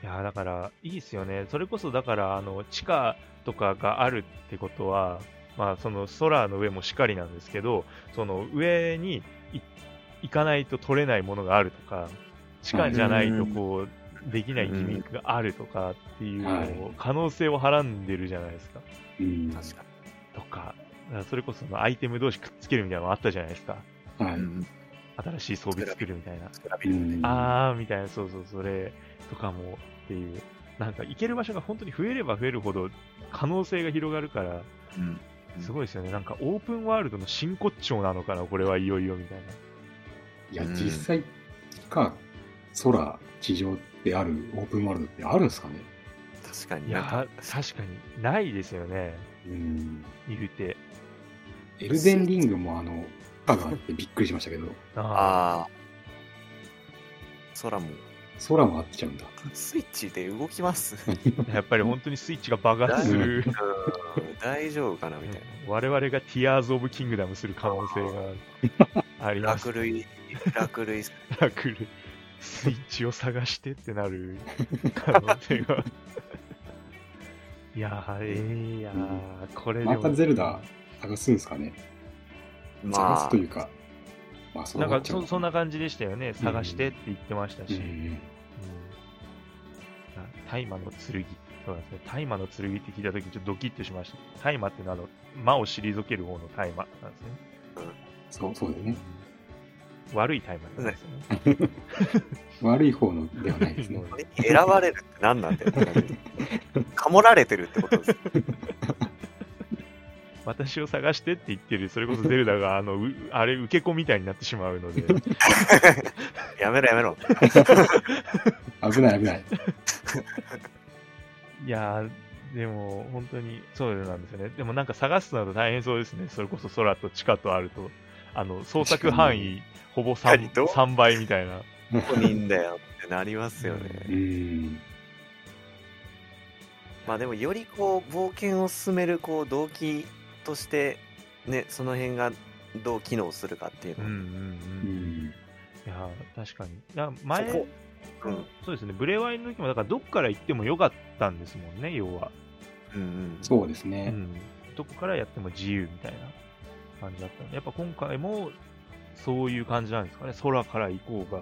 いやーだから、いいですよね。それこそ、だから、あの、地下とかがあるってことは、まあ、その空の上もしかりなんですけど、その上にい行かないと取れないものがあるとか、地下じゃないとこう、できないギミックがあるとかっていうのを、可能性をはらんでるじゃないですか。うん。確かとか、だからそれこそ、アイテム同士くっつけるみたいなのあったじゃないですか。はに。い。ん。新しい装備作るみたいな。スクラビルみたいな。あーみたいな、そうそう、それとかもっていう、なんか行ける場所が本当に増えれば増えるほど可能性が広がるから、うんすごいですよね、なんかオープンワールドの真骨頂なのかな、これはいよいよみたいいや、うん実際、地下、空、地上ってあるオープンワールドってあるんですかね確かな。いになんかや、確かにないですよね、うん。言うて。エルデンリングもあの、地下があってびっくりしましたけど、あああ。空も、空もあっちゃうんだ。スイッチで動きます。ーやっぱり本当にスイッチが爆発する、うん大丈夫かなみたい我々がティアーズ・オブ・キングダムする可能性がありな。ます楽。類、楽類、楽類スイッチを探してってなる可能性が。いやー、ええやー、これでもまたゼルダ探すんですかね探 (laughs) (laughs) ますというか、まあ、そうなんなっかちゃうそそんな感じでしたよね、探してって言ってましたし、ううんんあ大麻の剣、そうなんですね、大麻の剣って聞いたとき、ちょっとドキッとしました。大麻っていうのは、あの魔を退ける方の大麻なんですね。そう、そうだよね。悪い大麻なんですよね。悪い方のではないですね。あれ選ばれるって何なんだよ。かもられてるってことですよ。私を探してって言ってる、それこそゼルダが、あの、うあれ、受け子みたいになってしまうので、やめろやめ (laughs) ろ。危ない危ない。いやー、でも、本当に、そうなんですよね。でもなんか探すのは大変そうですね。それこそ空と地下とあると。あの、捜索範囲、ほぼ何 3, と3倍みたいな。どこにいんだよってなりますようね。ん。まあでもよりこう冒険を進めるこう動機としてねその辺がどう機能するかっていううのんうは、んううん。ん。いやー、確かに。いや前そこうんそうですね。ブレワイの時も、だからどっから行ってもよかったんですもんね、要は。うんうん、そうですうね。ん。どこからやっても自由みたいな感じだったのでやっぱ今回も、そういう感じなんですかね。空から行こうが、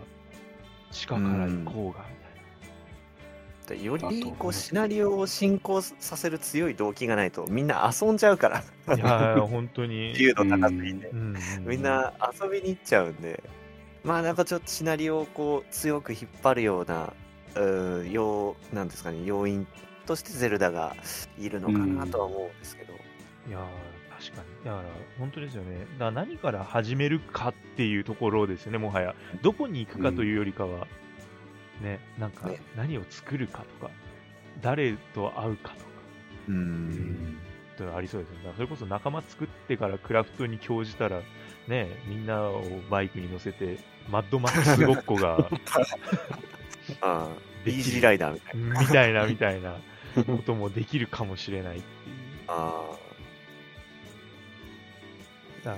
地下から行こうが、みたいな。でよだとり思いこまうすシナリオを進行させる強い動機がないとみんな遊んじゃうからい (laughs) やー、本当に。 (laughs) 自由度高すぎてうんうんうんみんな遊びに行っちゃうんでまあなんかちょっとシナリオをこう強く引っ張るようなうー要なんですかね要因としてゼルダがいるのかなとは思うんですけど、いやー確かに。だから、本当ですよね。だから何から始めるかっていうところですよね、もはや。どこに行くかというよりかは、ね、なんかね、何を作るかとか、誰と会うかとか、ううんん。というのありそうですよね。だからそれこそ仲間作ってからクラフトに興じたら、ね、みんなをバイクに乗せて、マッドマックスごっこがあーで (laughs) イーきジーる、ライダーみたいなみたいな、みたいなこともできるかもしれないっていう。あーだから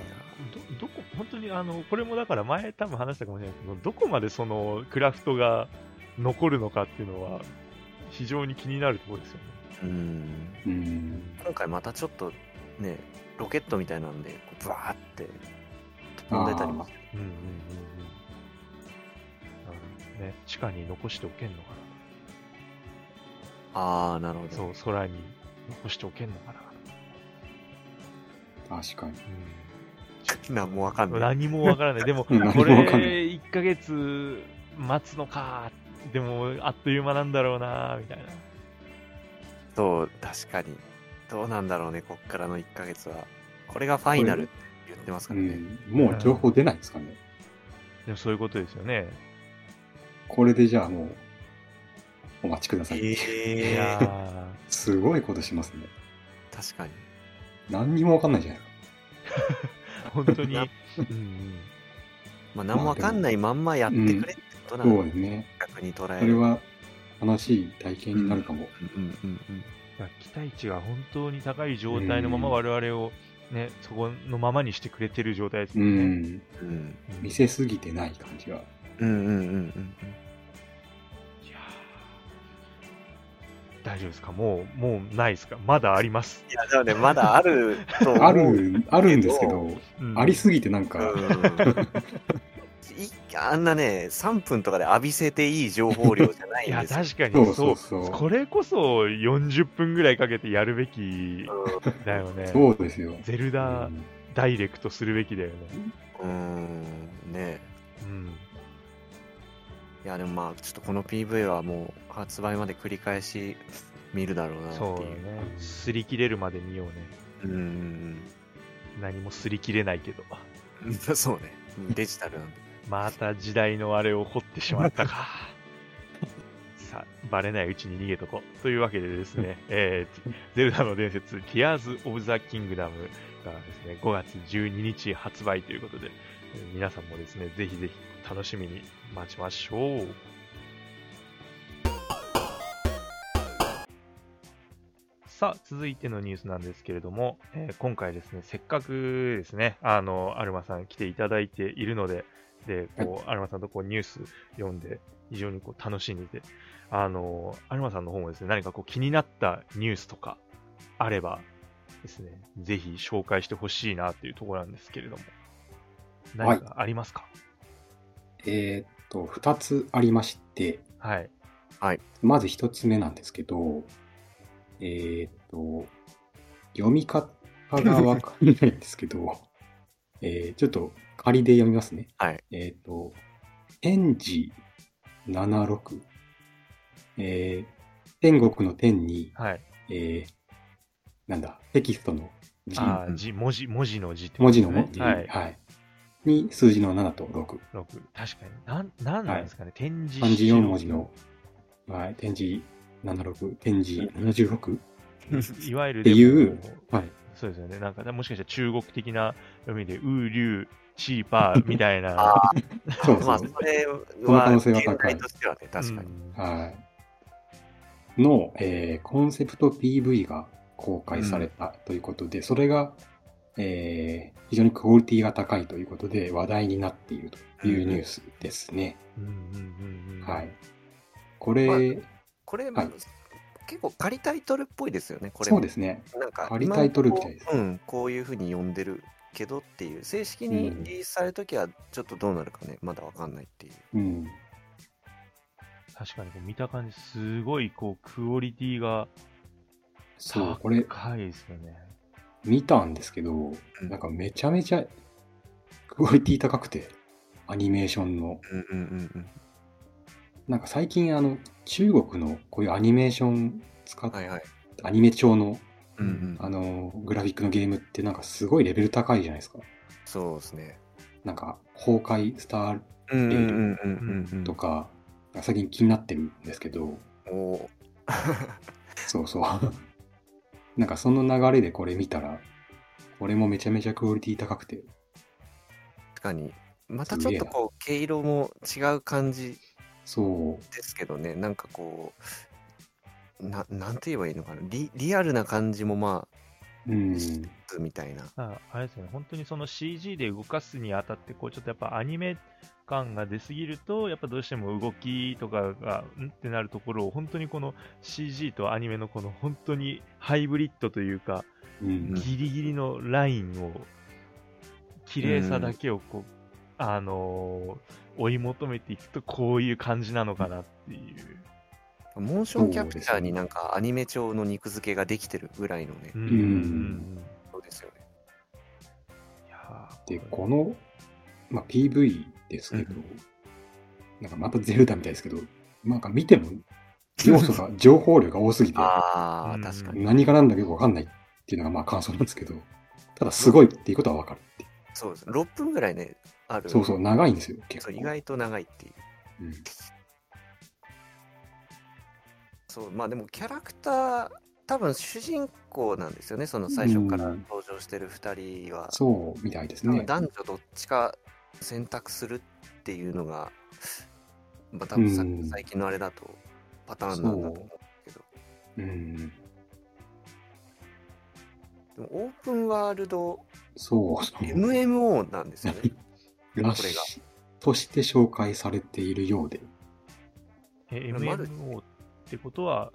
どどこ本当にあのこれもだから前多分話したかもしれないですけどどこまでそのクラフトが残るのかっていうのは非常に気になるところですよね。うんうん。今回またちょっとねロケットみたいなんでこうブワーって飛んでたりもあうんうんうんうん。あのね地下に残しておけんのかああなるほな。どそう空に残しておけんのかな。ー確かに。 (laughs) 何もわかんうん、ない (laughs) 何もわからない。でもこれ何もわかんない1ヶ月待つのか。でもあっという間なんだろうなみたいな。そう確かにどうなんだろうね、こっからの1ヶ月は。これがファイナルって言ってますうからね。ん、もう情報出ないんですかね。でもそういうことですよね。これでじゃあもう、お待ちください。いえやー、ーすごいことしますね。確かに。何にもわかんないじゃない本当 (laughs) に、うんまあ、何もわかんないまんまやってくれってことなか。のそうか、ですね。逆に捉えそる。れは楽しい体験になるかも。うんうんうん。うん、期待値が本当に高い状態のまま我々を、ね、そこのままにしてくれてる状態ですうよん。ね。うんうん見せすぎてない感じが。うんうんうんうんいやー大丈夫ですかもう、もうないですかまだあります。いや、でもね、まだあると思う。 (laughs) ある、あるんですけど、うんありすぎてなんか、うんいあんなね、3分とかで浴びせていい情報量じゃないいんや、ですよ。確かにそそうそうう。そこれこそ40分ぐらいかけてやるべきかだよねう。。そうですよ。ゼルダうんダイレクトするべきだよね。に。うん、ねうん。いや、でもまあ、ちょっとこの PV はもう発売まで繰り返し見るだろうなっていそうう。だね。擦り切れるまで見ようね。うんうん何も擦り切れないけど。うん。 (laughs) そうね。デジタルなんで。また時代のあれを掘ってしまったか。 (laughs) さあ、バレないうちに逃げとこう。というわけでですね、えーゼルダの伝説、Tears of the Kingdom がですね、5月12日発売ということで、えー皆さんもですね、ぜひぜひ楽しみに待ちましょう。さあ、続いてのニュースなんですけれども、えー今回ですね、せっかくですね、あの、アルマさん来ていただいているので、で、こう、アルマさんとこうニュース読んで、非常にこう楽しんでいて、あの、有馬さんの方もですね、何かこう気になったニュースとかあればですね、ぜひ紹介してほしいなというところなんですけれども、はい何かありますかえーっと、二つありまして、はい。まず一つ目なんですけど、えーっと、読み方がわかんないんですけど、 (laughs) えーちょっと仮で読みますね。はいえーっと、天智76。えー天国の天に、はい。えーなんだ、テキストの字、あー字、文字、文字の字ってこ文とで字すのね文字、はい。に数字の7と6。六確かに。なん、なんなんですかね、展示漢字4文字の、はい、天字76、天字 76? いわゆるっていうでもはい。そうですよね。なんか、もしかしたら中国的な読みで、ウーリュウ、チーパーみたいな。そうまそ。あ、そうれその可は、能現性は高い代としてはね、確かに。うんはい。の、えーコンセプト PV が公開されたということで、それが、えー非常にクオリティが高いということで話題になっているというニュースですね。うんうんうんうんはい。これ、まこれ、はい結構仮タイトルっぽいですよね、これそうですね。なんか仮タイトルみたいです今こううん、こういうふうに呼んでるけどっていう、正式にリリースされるときはちょっとどうなるかね、まだわかんないっていう。うん。確かにこう見た感じ、すごいこうクオリティがそう、これ高いですよね。見たんですけど、んなんかめちゃめちゃクオリティ高くて、アニメーションの。うんうんうんうん。なんか最近あの、中国のこういうアニメーション使っはいはい。アニメ調のうんうん、あのグラフィックのゲームってなんかすごいレベル高いじゃないですか。そうですね。なんか崩壊スターうんうんうんうんうんとか、最近気になってるんですけど、おーそう (laughs) そう。なんかその流れでこれ見たら、これもめちゃめちゃクオリティ高くて、確かに。またちょっとこう、毛色も違う感じそう、ですけどね、なんかこう、ななんて言えばいいのかなリリアルな感じもまうん、あみたいなああれですよね、本当にその CG で動かすにあたって、こうちょっとやっぱアニメ感が出すぎると、やっぱどうしても動きとかが、んってなるところを、本当にこの CG とアニメのこの本当にハイブリッドというか、うん、ギリギリのラインを、綺麗さだけをこう、あのー追い求めていくと、こういう感じなのかなっていう。モーションキャプチャーになんかアニメ調の肉付けができてるぐらいのねう、んんそうですよね。いやーで、この、まあ、PV ですけど、なんかまたゼルダみたいですけど、なんか見ても要素が、情報量が多すぎて、あうあ、ん確かに。何が何だかよくわかんないっていうのがまあ感想なんですけど、ただすごいっていうことはわかるっていそうです。6分ぐらいね、ある。う。そうそう、長いんですよ、結そ構。う意外と長いっていう。うんそう、まあでもキャラクター、多分主人公なんですよね、その最初からうん登場してる2人は。そうみたいです多分ね。男女どっちか選択するっていうのが、まあ多分さうん最近のあれだとパターンなんだと思うんですけど、うん、でもオープンワールドそうそう。 MMO なんですよ (laughs) ね。らしとして紹介されているようで。え、これマル MMO ってことは、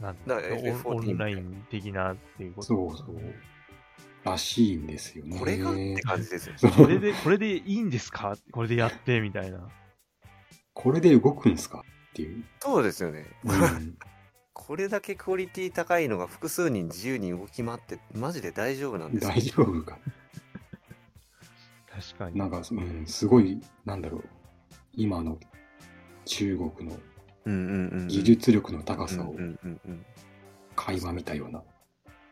なんだからオン FF14 オンライン的なっていうことそうそう。らしいんですよね。これがって感じですよね。これで、これでいいんですかこれでやって、みたいな。これで動くんすかっていう。そうですよね。 (laughs) うんこれだけクオリティ高いのが複数人自由に動き回って、マジで大丈夫なんですよ大丈夫か。確かに。なんか、うん、すごい、なんだろう。今の中国のうんうんうんうん。技術力の高うんさをうんうんうん。垣間見たような。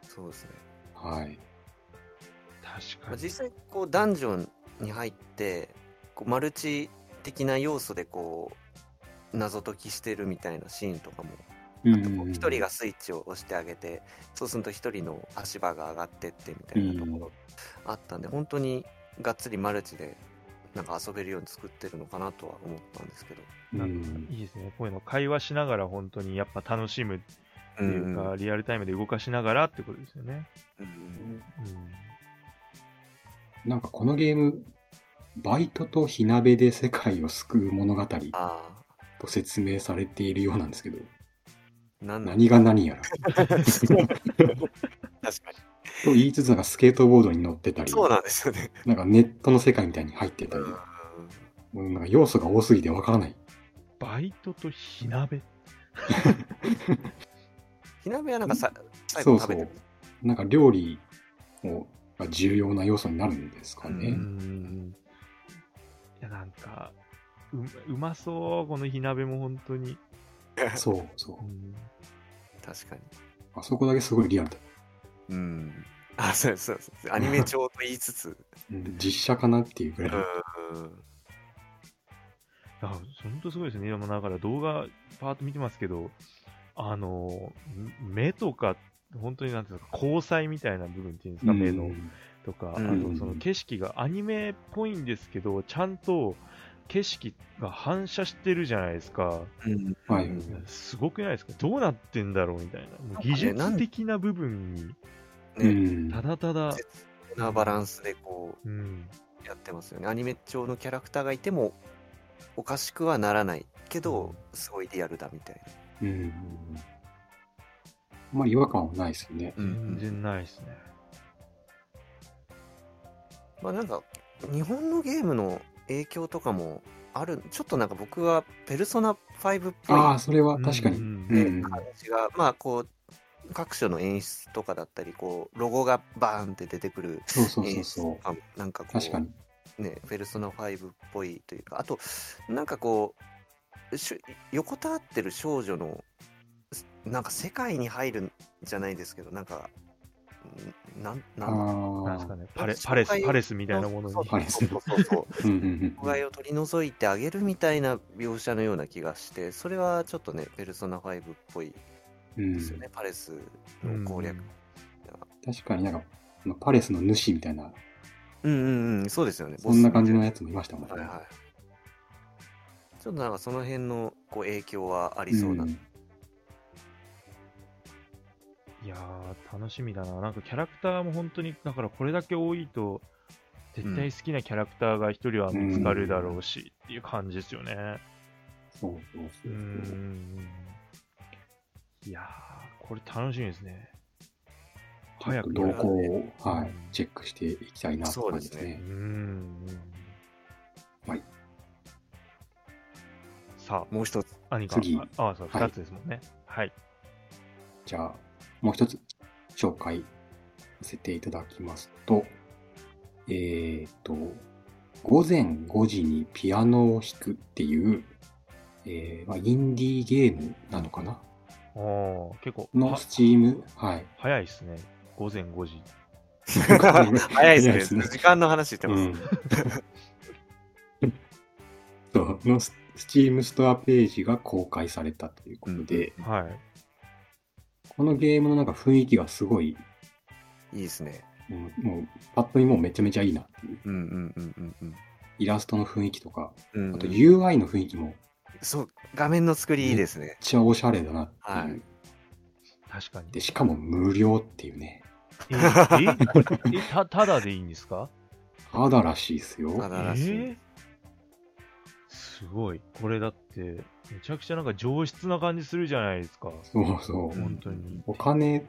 そうですね。はい。確まかあに。実際、こう、ダンジョンに入って、こうマルチ的な要素で、こう、謎解きしてるみたいなシーンとかも、うあとこんう一人がスイッチを押してあげて、そうすると一人の足場が上がってってみたいなところあったんで、本当にがっつりマルチで、なんか遊べるように作ってるのかなとは思ったんですけど。うんいいですね。こういうの会話しながら本当にやっぱ楽しむっていうか、リアルタイムで動かしながらってことですよね。うんうんうなんかこのゲーム、バイトと火鍋で世界を救う物語とああ、説明されているようなんですけど、なんだ何が何やら。確かに。と言いつつなんかスケートボードに乗ってたり、そうなんですよね。なんかネットの世界みたいに入ってたり、うんもうなんか要素が多すぎてわからない。んバイトと火鍋火鍋はなんかさ、最そ後う食べそてうる。。なんか料理もが重要な要素になるんですかうね。ん。いや、なんか、ううまそう、この火鍋も本当に。そうそうう。ん (laughs) 確かに。あそこだけすごいリアルだ。うん。あ、そうそうそう。アニメ調と言いつつ。うん実写かなっていうぐらい。うん。いや、本当すごいですね。でもだから動画、パーッと見てますけど、あの、ん目とか、本当になんていうんですか、交際みたいな部分っていうんですか、目のうんとか、うんあとその景色がアニメっぽいんですけど、ちゃんと景色が反射してるじゃないですか。うんはいいやすごくないですかどうなってんだろうみたいな。もう技術的な部分に、うね、んただただ、絶妙なバランスでこうん、うやってますよね。アニメ調のキャラクターがいてもおかしくはならないけど、すごいリアルだみたいうんまあ違和感はないですよね。な。全然ないですね。まあなんか日本のゲームの影響とかもあるちょっとなんか僕は「ペルソナ5」っぽいああ、それは確かうに。んうんね感じが、まあこう各所の演出とかだったりこうロゴがバーンって出てくるそうそうそ演う出とそかもなんかこう。う確かに。ね「ペルソナ5」っぽいというかあとなんかこうしゅ横たわってる少女のなんか世界に入るんじゃないですけどなんかんなんなあんだなんですあか。ね、パレ紹パレ介ス、パレスみみたいなものに。そうそうそうそうそう (laughs) うんうん障害を取り除いてあげるみたいな描写のような気がして、それはちょっとね、ペルソナ5っぽいうんうんですよね、パレスの攻略。確かになんか、あのパレスの主みたいな、うんうんうん、そうですよね、そんな感じのやつ。つもいましたもんねはい。はい。ちょっとなんかその辺のこう影響はありそうな。んいやー、楽しみだな。なんかキャラクターも本当に、だからこれだけ多いと、絶対好きなキャラクターが一人は見つかるだろうし、っていう感じですよね。そうそううそうー。そうんいやー、これ楽しみですね。早くちょっと動向うを、はい、チェックしていきたいなって感じですーね。ん。はい。さもう一つ。あ、兄か。次ああ、そう、はい二つですもんね。はい。じゃあ、もう一つ紹介させていただきますと、えっ、と、午前5時にピアノを弾くっていう、えーまあ、インディーゲームなのかなおー結構のはスチーム、はい。早いですね午前5時 (laughs) 早い早いでですすね。ね時間の話してます。うん、 (laughs) そうのスチームストアページが公開されたということで、はいこのゲームのなんか雰囲気がすごい、いいですね。うんもうパッと見もうめちゃめちゃいいなっていう。うんうんうんうんうんイラストの雰囲気とか、うんうん。あと UI の雰囲気もめっそう、画面の作りいいですね。ちゃおしゃれだなっていう。はい確かにで、しかも無料っていうね。ええこれ (laughs) えた (laughs) ただでいいんですかただらしいですよ。ただらしい。えーすごいこれだってめちゃくちゃなんか上質な感じするじゃないですかそうそう。本当にお金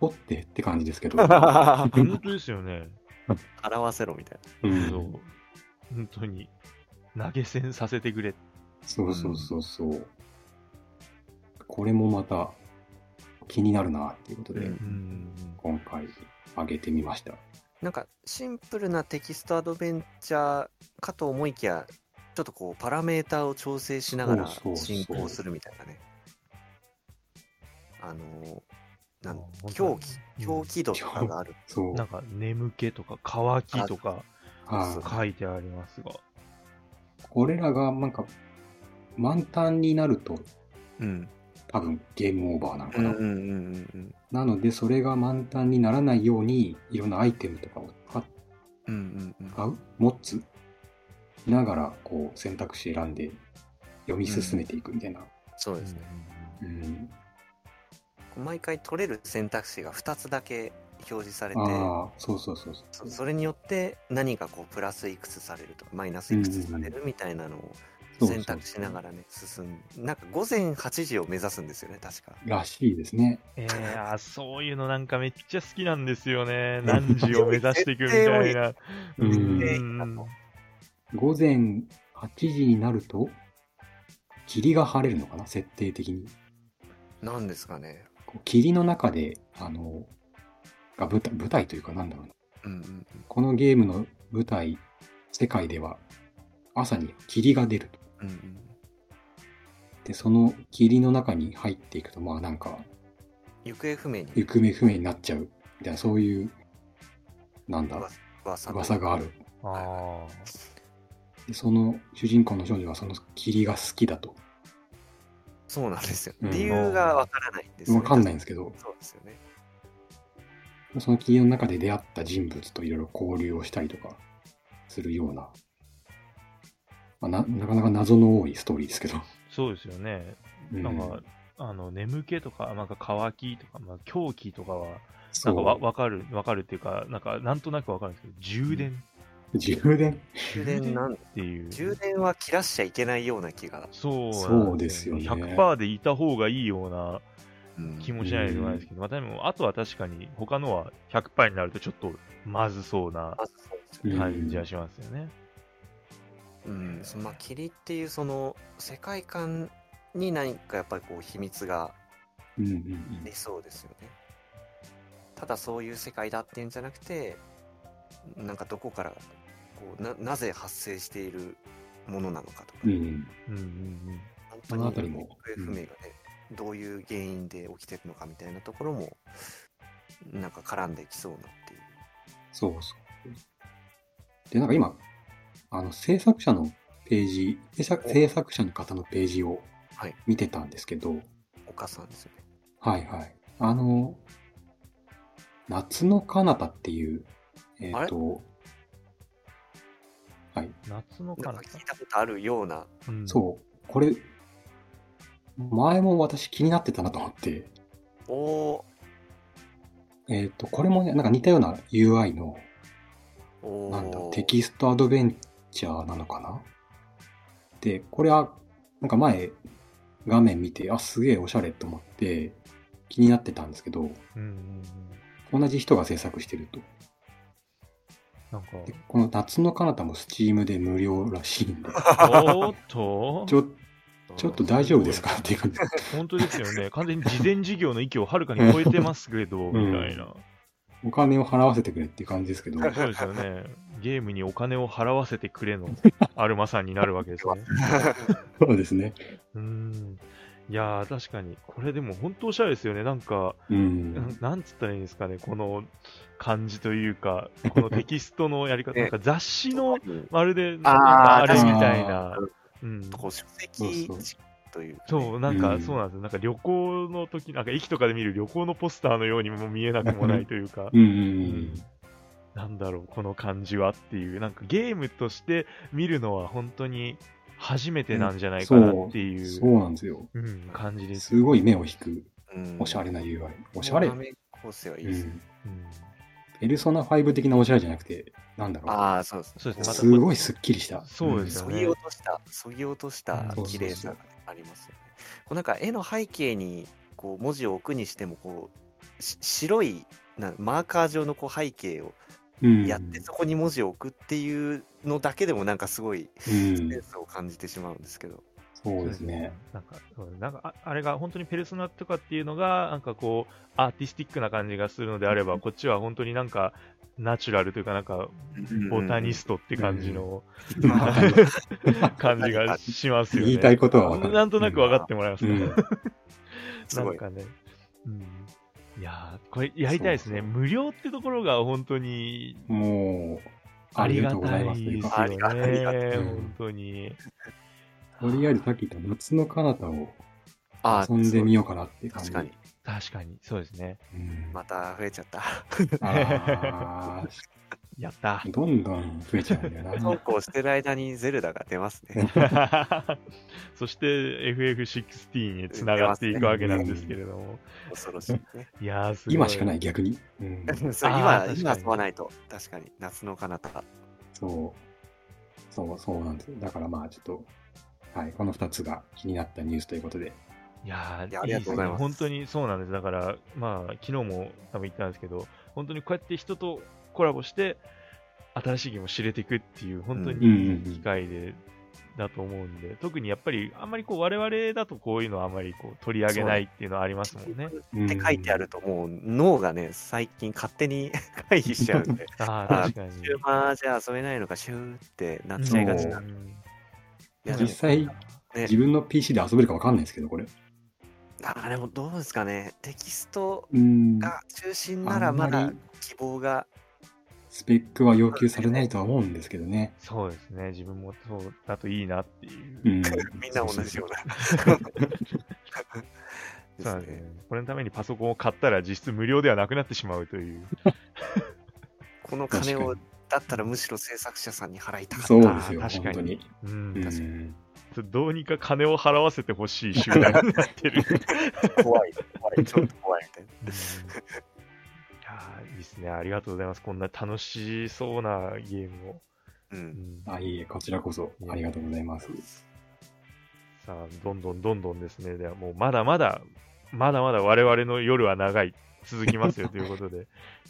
取ってって感じですけど。 (laughs) 本当ですよね払わせろみたいうんそう本当に投げ銭させてくれそうそうそうそう。これもまた気になるなっていうことで、ううんん今回上げてみました。な。なんかシンプルなテキストアドベンチャーかと思いきや、ちょっとこうパラメーターを調整しながらそうそうそう進行するみたいなね。あのー、なんあー狂う気、ん狂気度とかがある。そう。なんか眠気とか乾きとかはい書いてありますがこれらがなんか満タンになるとうん。多分ゲームオーバーなのうかんうな。んうんうんなのでそれが満タンにならないようにいろんなアイテムとかをうん。うんうん買う持つながらこう選択肢選んで読み進めていくみたいな。そうですね。うん。毎回取れる選択肢が2つだけ表示されて、ああ、そうそうそうそ。そうそれによって何がこうプラスいくつされるとかマイナスいくつされるみたいなのそをうそう選択しながらね進んなんか午前8時を目指すんですよね確か。らしいですね。えー、あそういうのなんかめっちゃ好きなんですよ (laughs) ね何時を目指していくみたいなううんん午前8時になると、霧が晴れるのかな設定的に。なんですかね。こう霧の中で、あの、が舞台、舞台というかなんだろうな。うんうんこのゲームの舞台、世界では、朝に霧が出ると。うんうんで、その霧の中に入っていくと、まあなんか、行方不明に行方不明になっちゃう。みたいな、そういう、なんだ、噂噂がある。あで、その主人公の少女はその霧が好きだと。そうなんですよ。うん理由がわからないんですよ、わかんないんですけど、そうですよね。その霧の中で出会った人物といろいろ交流をしたりとかするような、まあ、ななかなか謎の多いストーリーですけど。ーそうですよねうんなんか、あの眠気とかなんか乾きとか、まあ、狂気とかはそなんかわう。わかるわかるっていうかなんかなんとなくわかるんですけど充電充電充電なんっていう充電は切らしちゃいけないような気が、そうそうですよね100%でいた方がいいような気もしないでもないですけど、まあ、でもあとは確かに他のは100%になるとちょっとまずそうなあそうですよねうん感じはしますよね。うん、そのまあ霧っていうその世界観に何かやっぱりこう秘密がうんうんうん出そうですよね。ただそういう世界だっていうんじゃなくて、なんかどこからこうななぜ発生しているものなのかとか、うんうん。うんうん本そのあたりも行方不明がね、どういう原因で起きてるのかみたいなところも、なんか絡んできそうなっていう。そうそう。で、なんか今、あの、制作者のページ、制作制作者の方のページをはい見てたんですけど、お母さんですよね。はいはい。あの、夏の彼方っていう、えっ、あれと、うん、夏のなん彼か聞いたことあるような、方、うん、そう、これ、前も私気になってたなと思って、おえっ、と、これもね、なんか似たような UI の、ー、おなんだ、ーテキストアドベンチャーなのかなで、これは、なんか前、画面見て、あ、すげえおしゃれと思って、気になってたんですけど、うんうんうん、同じ人が制作してると。なんか、でこの夏の彼方も Steam で無料らしいんで、おーっとち、ょちょっと大丈夫ですかっていう感じ。本当ですよね、完全に事前事業の域をはるかに超えてますけど、んみたいな。お金を払わせてくれっていう感じですけど、そうですよね。ゲームにお金を払わせてくれ (laughs) のアルマさんになるわけですね。そうですね。うーん。いやー、確かに。これでも本当おしゃれですよね。なんか、う。なんんなんつったらいいんですかね。この感じというか、このテキストのやり (laughs) 方、ねなんか雑誌のまるで、なんかああーれみ確かにたいな。うん。こう書籍そうというかねそう、なんかうんそうなんですよ。なんか旅行の時、なんか駅とかで見る旅行のポスターのようにも見えなくもないというか。うん。なんだろう、この感じはっていう、なんかゲームとして見るのは本当に初めてなんじゃないかなっていう、そうなんですよ。うん感じです。すごい目を引く、うんおしゃれな UI。おしゃれ。こうの画ん。面構成はいいですね。ペうんルソナ5的なおしゃれじゃなくて、なんだろああ、そうですそうですう。ねまたすごいすっきりした。そうですよそねぎ落とした、そぎ落としたうん綺麗さがありますよね。こうなんか絵の背景にこう文字を置くにしてもこうし白いなマーカー上のこう背景をうん。やってそこに文字を置くっていうのだけでもなんかすごいうんセンスを感じてしまうんですけど。そうです (laughs) ね。。なんか、そうなんかああれが本当にペルソナとかっていうのが、なんかこう、アーティスティックな感じがするのであれば、こっちは本当になんか、ナチュラルというか、なんか、ボタニストって感じの、わかる (laughs) 感じがしますよね。言いたいこと (laughs) は分かる。 (laughs) なんとなく分かってもらえますうね。 (laughs) ん。すなごんい。かね。うん。いやー、これやりたいですね。無料ってところが本当にもう、あありりががとうござたいいまですすというよか、ありがたいね。うん本当に。とりあえずさっき言った夏の彼方をあ遊んでみよようかなっていう感じ。確かに。確かに、そうですね。うん。また増えちゃった。 (laughs) あや (laughs) ったーどんどん増えちゃうんだよな。そうこうしてる間にゼルダが出ますね。ー。そして FF16 につながっていくわけなんですけれども。恐ろしいね。いやー、すごい。今しかない、逆に。うん。そうあ今、ー確今かに遊ばないと。確かに。夏の彼方。そう。そう、そうなんですよ。だからまあ、ちょっと、はい、この2つが気になったニュースということで。いやいーやありがとうございますですね本当にそうなんです。だから、まあ、昨日も多分言ったんですけど、本当にこうやって人とコラボして、新しいゲームを知れていくっていう、本当うにんいい機会で、だと思うんで、特にやっぱり、あんまりこう、我々だとこういうのはあんまりこう取り上げないっていうのはありますもんね。うんって書いてあると、もう脳がね、最近勝手に (laughs) 回避しちゃう (laughs) んで、ああ、あ確かに。週末じゃあ遊べないのか、シューってなっちゃいがちなうそんんで。いやでも実際、ね自分の PC で遊べるかわかんないですけど、これ。あでもどうですかね、テキストうん。が中心ならあんままりだ希望が、。スペックは要求されないとは思うんですけどね。そうですね。自分もそうだといいなっていう。うんみんな同じような。 (laughs) でそうすなんですねね。これのためにパソコンを買ったら実質無料ではなくなってしまうという。この金確かをに、だったらむしろ制作者さんに払いたかった。そうですよ、あー確か本に当に。うんう確かん。どうにか金を払わせてほしい集団になってる。怖い、怖い、ちょっと怖いみたいな。うんいやーいいですね。ありがとうございます。こんな楽しそうなゲームを。う。うんんあ、いえいえ、こちらこそありがとうございます。さあ、どんどんどんどんですね。ではもうまだまだ、まだまだ我々の夜は長い、続きますよということで、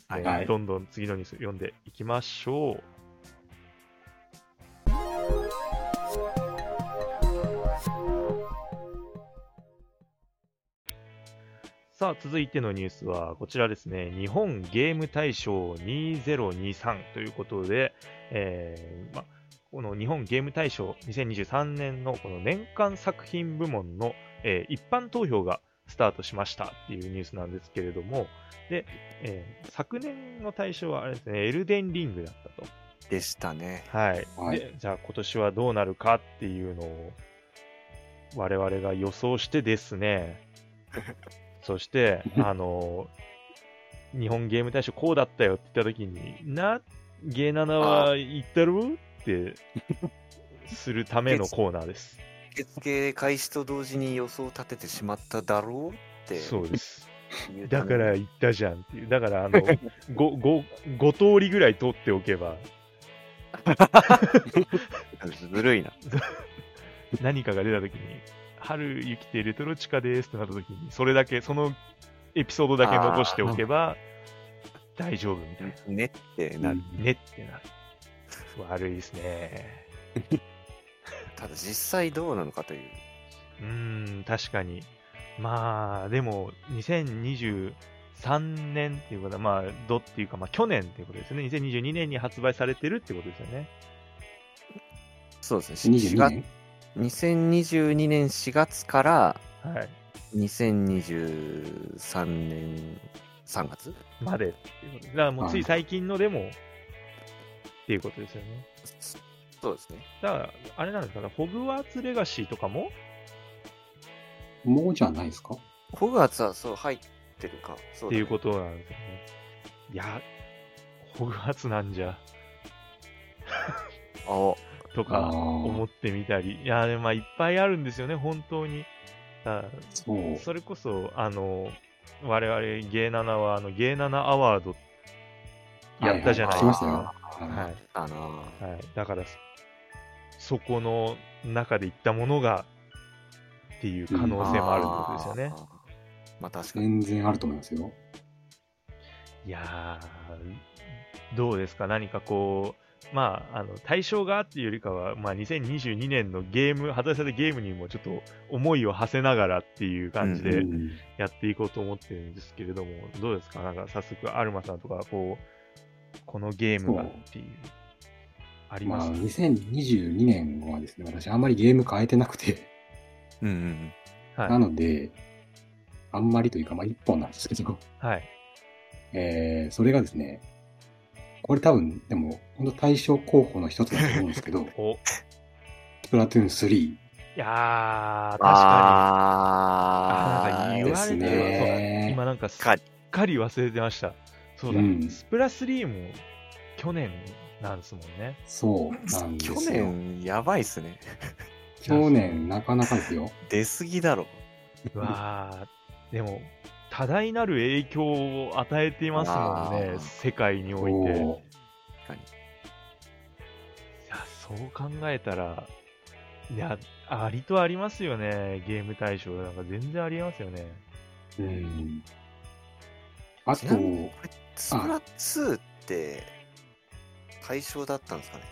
はいねはいどんどん次のニュース読んでいきましょう。さあ、続いてのニュースはこちらですね。日本ゲーム大賞2023ということで、えーま、この日本ゲーム大賞2023年のこの年間作品部門の、えー一般投票がスタートしましたっていうニュースなんですけれども、で、えー昨年の大賞はあれですね、エルデンリングだったと。でしたね。はい。はいでじゃあ今年はどうなるかっていうのを、我々が予想してですね、そして、あの、日本ゲーム大賞こうだったよって言った時に、な、ゲーナナは言ってるって、するためのコーナーです。受付開始と同時に予想を立ててしまっただろうっていうそうです。言うただめから言ったじゃんっていう。だから、あの、ごご5通りぐらい取っておけば、ずるいな。何かが出た時に、春雪てレトロチカですってなった時に、それだけ、そのエピソードだけ残しておけば、大丈夫みたいねってなる。な。ねってなる。悪いですね。ただ実際どうなのかという。うーん、確かに。まあ、でも、2023 3年っていうことは、まあ、どっていうか、まあ、去年っていうことですよね。2022年に発売されてるってことですよね。そうですね。4 22月年2022年4月からはい。 2023年3月までっていうことでだからもうつい最近のでも、っていうことですよね。そうですね。だから、あれなんですかね、ホグワーツレガシーとかももうじゃないですかホグワーツはそう入ってるか。そっうていだねうことなんですよね。いや、ホグワーツなんじゃ、あとあか思あ、ってみたり。いや、でもまあいっぱいあるんですよね、本当に。だからそう。それこそ、あの、我々、ゲイナナは、あの、ゲイナナアワード、やったじゃないはは聞きましたよ。ははい、あのーはい。だから、そそこの中でいったものが、っていう可能性もあるってことですよね。あー。まあ確いかに。全然あると思いますよ。いやー、どうですか何かこう、まあ、あの、対象がっていうよりかは、まあ、2022年のゲーム、発売されたゲームにもちょっと思いを馳せながらっていう感じえでうんやっていこうと思ってるんですけれども、どうですかなんか早速、アルマさんとか、こう、このゲームがっていう、ありまますあ、2022年はですね、私あんまりゲーム変えてなくて、うんうんはいなので、あんまりというか、まあ一本なんですけど、はい。えー、それがですね、これ多分、でも、本当対象候補の一つだと思うんですけど、お、いスプラトゥーン3。やー、確かに。ああーなんか言われてでするわそうだね今なんかすかっかり忘れてました。そうだ、うんスプラ3も去年なんですもんね。そうなんです去よ。年、やばいっすね。 (laughs) 去年なかなかですよ。出過ぎだろ。うわーでも、多大なる影響を与えていますもんあね、ー世界において。いおや、そう考えたら、いや、ありとありますよね、ゲーム対象。なんか全然ありますよね。ーうん。あちとな、みに、これスプラ2って、対象だったんですかね。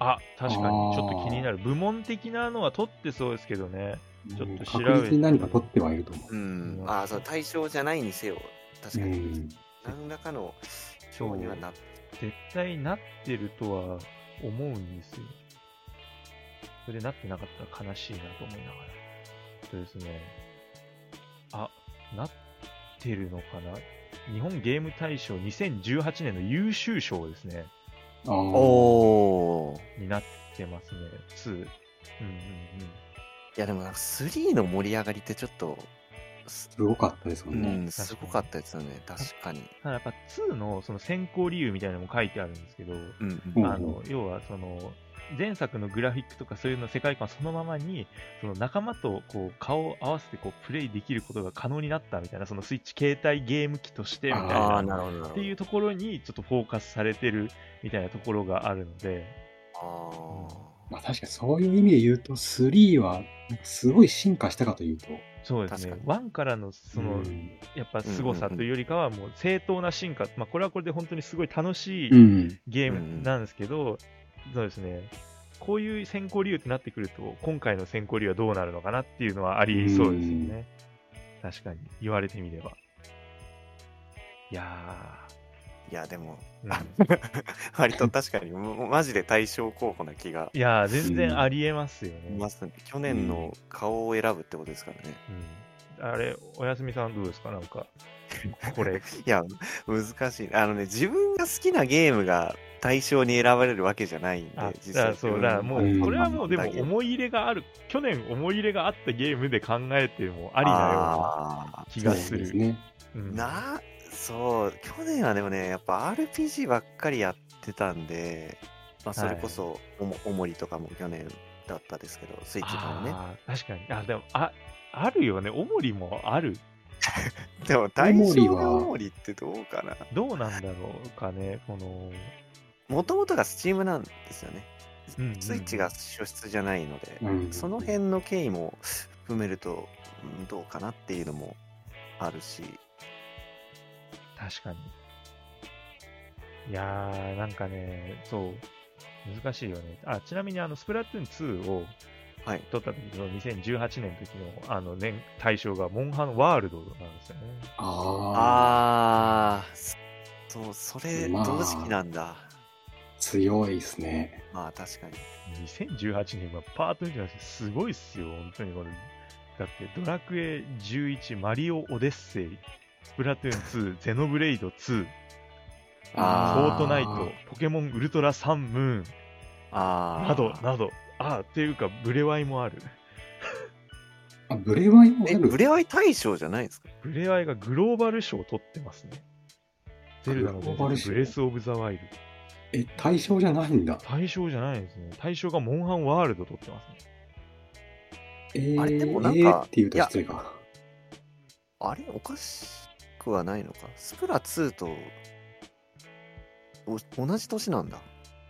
あ、確かに、ちあーょっと気になる。部門的なのは取ってそうですけどね。ちょっと調べて確実に何か取ってはいると思う。うんう。んああ、そう、対象じゃないにせよ。確うかに。ん。何らかの賞にはなって。絶対なってるとは思うんですよ。それなってなかったら悲しいなと思いながら。そうですね。あ、なってるのかな日本ゲーム大賞2018年の優秀賞ですね。ああ。おお。になってますね。2。うんうんうん。いや、でもなんか3の盛り上がりってちょっと、すすごかったですもうんね。ん、すごかったですよね。確かに。ただやっぱ2のその選考理由みたいなのも書いてあるんですけど、うん。うんあの要はその前作のグラフィックとかそういうの世界観そのままにその仲間とこう顔を合わせてこうプレイできることが可能になったみたいなそのスイッチ携帯ゲーム機としてみたいあなあ、っなるほど。ていうところにちょっとフォーカスされてるみたいなところがあるのであまあ確かにそういう意味で言うと、3はすごい進化したかというと、そうですね確1からのそのうんやっぱ凄さというよりかはもう正当な進化まあこれはこれで本当にすごい楽しいうん、ゲーうんムなんですけど、そうですね、こういう選考理由ってなってくると、今回の選考理由はどうなるのかなっていうのはありそうですよね。確かに、言われてみれば。いやあ。いや、でも、 (laughs) ー、うん割と確かに、もうマジで対象候補な気がいやー全然ありえますよね。しますね。去年の顔を選ぶってことですからね。うんあれ、おやすみさんどうですかなんか、こ (laughs) れ。いや、難しい。あのね、自分が好きなゲームが対象に選ばれるわけじゃないんであ、実だか際。らそうだからもう、うんこれはもうでもだけど思い入れがある、去年思い入れがあったゲームで考えてもありなようなあ気そうがですする。ね。うんーな、そう、去年はでもね、やっぱ RPG ばっかりやってたんで、まあ、それこそおも、おもりとかも去年だったですけど、スイッチのね。あー確かに。あ、でも、あ、あるよね。おもりもある。でも、対象おもりはのおもりってどうかな。どうなんだろうかね。この、もともとが Steam なんですよね。うんうんスイッチが初出じゃないので、うんその辺の経緯も含めると、うんどうかなっていうのもあるし、確かに。いやー、なんかね、そう、難しいよね。あ、ちなみに、あの、スプラトゥーン2を、はい。撮った時の2018年の時のあの年対象がモンハンワールドなんですよね。ああ、あー、そう、それ、まあ同時期なんだ。強いですね。まあ、確かに。 2018年はパート2じゃなくてすごいっすよ、本当にこれ。だってドラクエ11、マリオオデッセイ、スプラトゥーン2、ゼノブレイド2、フあォートナイト、ポケモンウルトラサンムーン、あーなどなど、ああ、っていうか、ブレワイもある。あ、ブレワイもあえ、る。ブレワイ大賞じゃないんですかブレワイがグローバル賞を取ってますね。ゼルダの伝グローバル説賞ブレス・オブ・ザ・ワイルド。え、対象じゃないんだ。対象じゃないですね。対象がモンハンワールド取ってますね。えー、あれでもなんかえーって言うと失礼か。あれおかしくはないのか。スプラ2とお同じ年なんだ。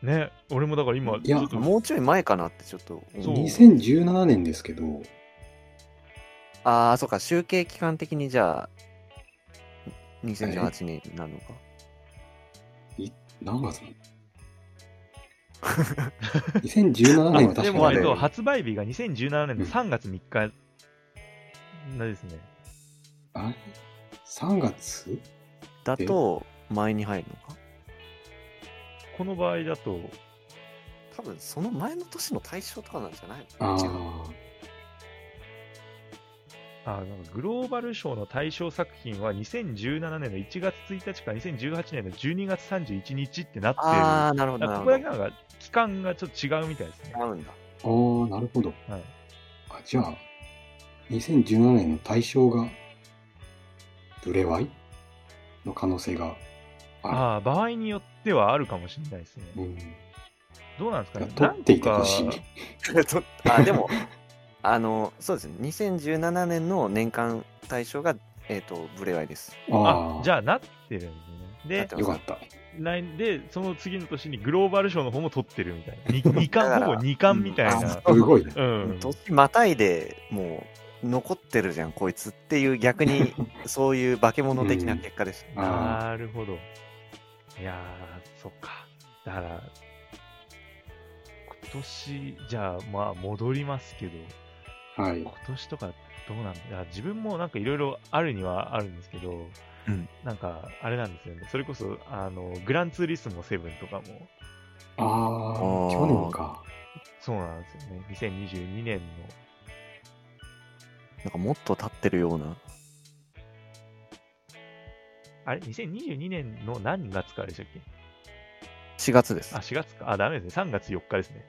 ね、俺もだから今、いやちょっともうちょい前かなってちょっとそう思う。 2017年ですけど、ああ、そうか。集計期間的にじゃあ、2018年になるのか。何月 ?2017 年は確かでにも、あえっと、あ発売日が2017年の3月3日なんですね。れ ?3 月だと、前に入るのか。この場合だと、多分、その前の年の対象とかなんじゃないあの違うあ。あなんかグローバル賞の対象作品は2017年の1月1日から2018年の12月31日ってなってる。ああ、なるほど、だからここなるほど。だけなんか期間がちょっと違うみたいですね。合うんだ。ああ、なるほど。はいあじゃあ、2017年の対象が、ブレワイの可能性があああ、場合によってはあるかもしれないですね。る。うん。どうなんですかね。取っていてほしい何個かね。と (laughs) あでもあのそうですね2017年の年間対象がえっ、とブレワイですあああ、じゃあなってるんですなねっ。てよかった。で、来で、その次の年にグローバル賞の方も取ってるみたいな。に (laughs) 二だか冠、らほぼ2冠みたいな。すご (laughs) いね。うん。年またいでもう残ってるじゃんこいつっていう逆 (laughs) にそういう化け物的な結果でした、あなるほど。いやー、そっか。だから、今年、じゃあ、まあ、戻りますけど、あ、はい。今年とかどうなんだいや自分もなんかいろいろあるにはあるんですけど、うんなんかあれなんですよね。それこそ、あの、グランツーリスモ7とかも、ああ、ー去年か。そうなんですよね。2022年の、なんかもっと経ってるようなあれ ?2022 年の何月からでしたっけ4月ですあ、あ4月か。あ、ダメですね。3月4日ですね。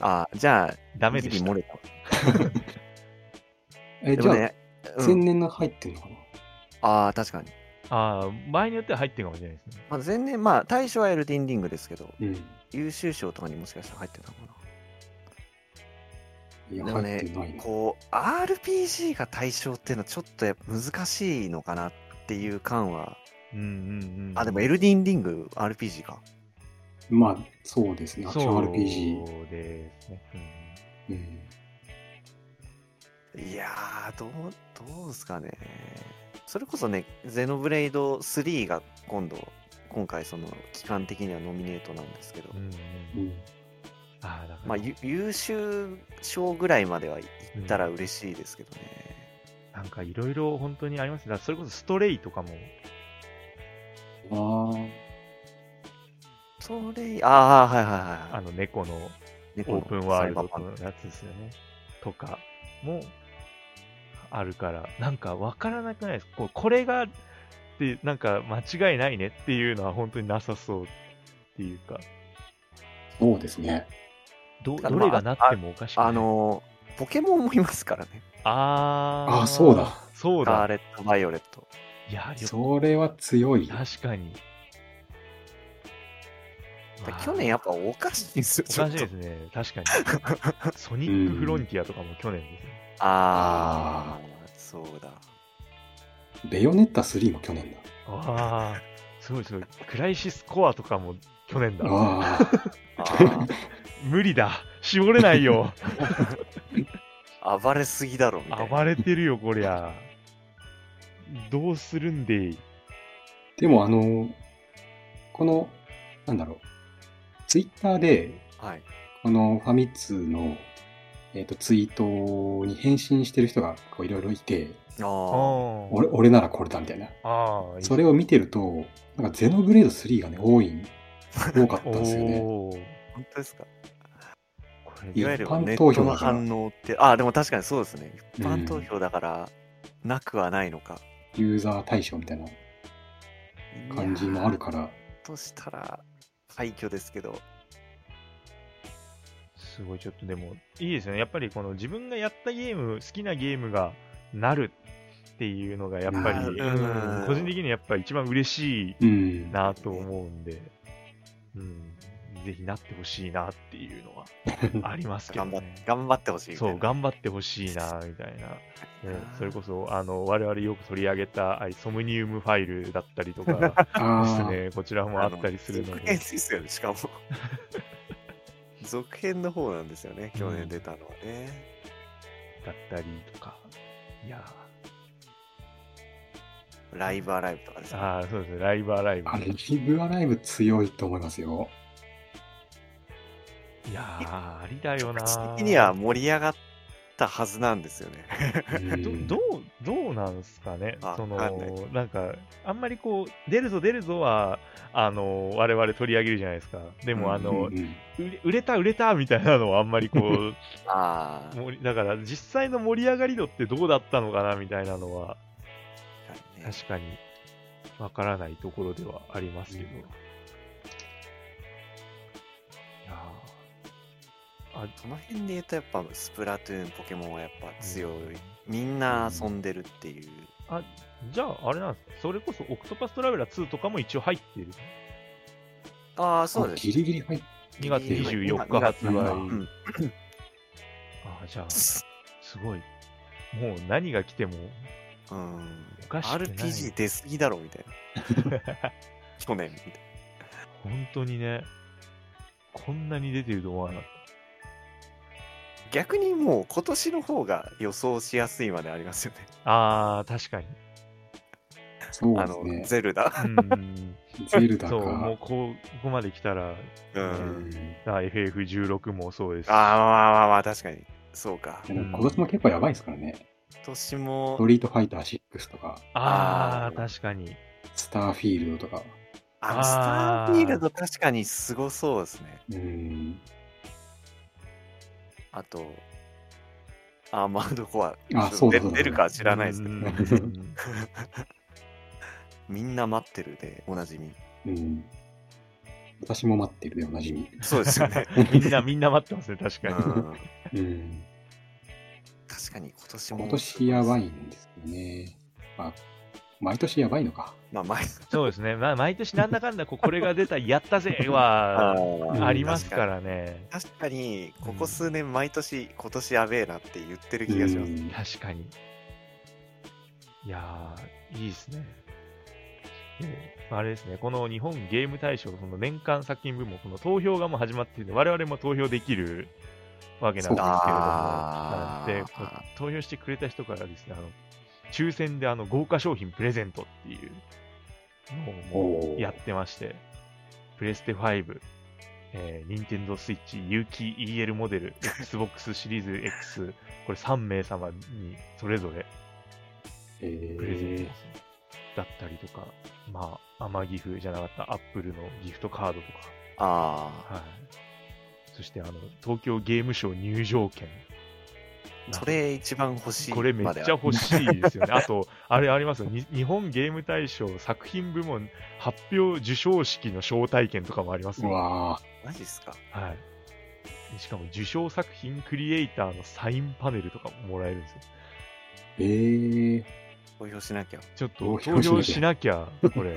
あじゃあダメでギしリた漏。れたえ、でじゃもあ、ね、う前ん、年の入ってんのかなああ確かに、あー場合によっては入ってるかもしれないですね。まあ、前年まあ大賞はエルディンリングですけどうん。優秀賞とかにもしかしたら入ってたのかないや、でも入ねってないな。こう RPG が対象っていうのはちょっとやっぱ難しいのかなっていう感はうんうんうん。あでもエルディンリング RPG かまあ、そうですね。アクシそョうン RPG。ですね。うん。いやーどうどうですかねそれこそねゼノブレイド3が今度今回その期間的にはノミネートなんですけど、うん。うんうんうんあーだからまあゆ優秀賞ぐらいまではいったらう嬉しいですけどね、なんかいろいろ本当にありますね。だからそれこそストレイとかも、あそれああはいはいはいあはいの猫の猫オのープンワールドサイバーパンのやつですよね。とかもあるから、なんかわからなくないですかこうこれがって、なんか間違いないねっていうのは本当になさそうっていうか、あ、そうですね。どただどまあれがなってもおかしくない。あ、のポケモンもいますからねあーあそうだ。そうスカーだ。レット、バイオレット。いや、よそれは強い。確かに。だ去年やっぱおかしいんですよ、おちょかっしいとですね。確 (laughs) かに。ソニックフロンティアとかも去年ですよ。ああ、そうだ。ベヨネッタ3も去年だ。ああ、すごいすごい。クライシスコアとかも去年だ。ああ、あー無理だ。絞れない (laughs) よ。 (laughs) 暴れすぎだろ、みたいな。暴れてるよ、こりゃ。どうするんでいでもあの、この、なんだろう、ツイッターで、はい。このファミ通のえっ、と、ツイートに返信してる人がこういろいろいて、ああ俺、俺ならこれだみたいな。あー、いいそれを見てると、なんかゼノブレード3がね、多いん、多かったんですよね。おーあ、 (laughs) 本当ですか。こいれわゆる一般ネ投ット票のだから反応って、ああ、でも確かにそうですね。一う般ん投票だから、なくはないのか。ユーザー対象みたいない感じもあるから、やー。としたら、廃墟ですけど、すごいちょっとでもいいですよねやっぱりこの自分がやったゲーム好きなゲームがなるっていうのがやっぱり、なるうん個人的にやっぱり一番嬉しいうん。なと思うんで、うん、ぜひなってほしいなっていうのはありますけど頑張っね。頑張ってほしいみたそいな。う、頑張ってほしいな、みたいな。ね、それこそ、あの、我々よく取り上げた、あれソムニウムファイルだったりと (laughs) かですああ、ね、こちらもあったりするの続で編、ですよ (laughs) ね、しかも。続編の方なんですよね、去年出たのはね。だったりとか。いやライブアライブとかですー、ね。あーそうですね、ライブアライブ。あれ、リブアライブ強いと思いますよ。いや (laughs) ー、ありだよな。口的には盛り上がったはずなんで (laughs) すよね。うん (laughs) どどうどうなんすかねあそのわかんないなんかあんまりこう出るぞ出るぞはあの我々取り上げるじゃないですかでうんもあの、うんうん売れ売れた売れたみたいなのはあんまりこう (laughs) ああ、盛りだから実際の盛り上がり度ってどうだったのかなみたいなのは確かにね確かにわからないところではありますけど、うんいやーあその辺で言うとやっぱスプラトゥーン、ポケモンはやっぱ強い。みんな遊んでるっていう。じゃああれなんですかそれこそオクトパストラベラー2とかも一応入っているああ、そうあです。ギリギリ入っ2月24日発売。うんあじゃあ、すごい。もう何が来てもうん。おかしくない。 RPG 出すぎだろ、(laughs) みたいな。去年みたいな。本当にね、こんなに出てると思わなかっ逆にもう今年の方が予想しやすいまでありますよね。た。あー、確かに。そうあでのす、ね。ゼルダ。 (laughs) うん。ゼルダそう、もうか。こうここまで来たら、う。うんんあ FF16 もそうですし。あーまあ、まあまあまあ、確かに。そうか。で今も今年も結構やばいですからね。年スもト、リートファイター6とか、ああーー、確かに。スターフィールドとか。ああーのスターフィールド確かにすごそうですね。うん。あと、アーマードコア。あそうだでそうだ出るかは知らないですけど、うんみんな待ってるで、おなじみ。うん。私も待ってるで、おなじみ。そうですよ (laughs) ね。みんな、みんな待ってますね、確うかに。んうん。確かに今年も。今年やばい。んですよね。まあ、毎年やばいのか。まあ、前、そうですね。まあ、毎年なんだかんだ、こうこれが出た、やったぜは、ーありますからね。確かに、ここ数年、毎年、今年やべえなって言ってる気がしまうす。ん確かに。いやー、いいですね。であれですね、この日本ゲーム大賞、その年間作品部門、この投票がもう始まっていて、我々も投票できるわけなんですけれども、そうあはいーでこう投票してくれた人からですね、あの抽選であの豪華商品プレゼントっていうのをもうおーやってまして、プレステ5、えー、Nintendo Switch、有機 EL モデル、Xbox シリーズ X、これ3名様にそれぞれえプレゼントーですねだったりとか、まあ、アマギフじゃなかったアップルのギフトカードとあか、はい。そして、あの、東京ゲームショウ入場券。あ、それ一番欲しい。これめっちゃ欲しいですよね。あと、あれありますよ。に日本ゲーム大賞作品部門発表受賞式の招待券とかもありますうよ。わあ、マジっすか。はい。でしかも受賞作品クリエイターのサインパネルとかももらえるんですよ。えー、投票しなきゃ。ちょっ投と票投しなきゃ票しなきゃ、これ。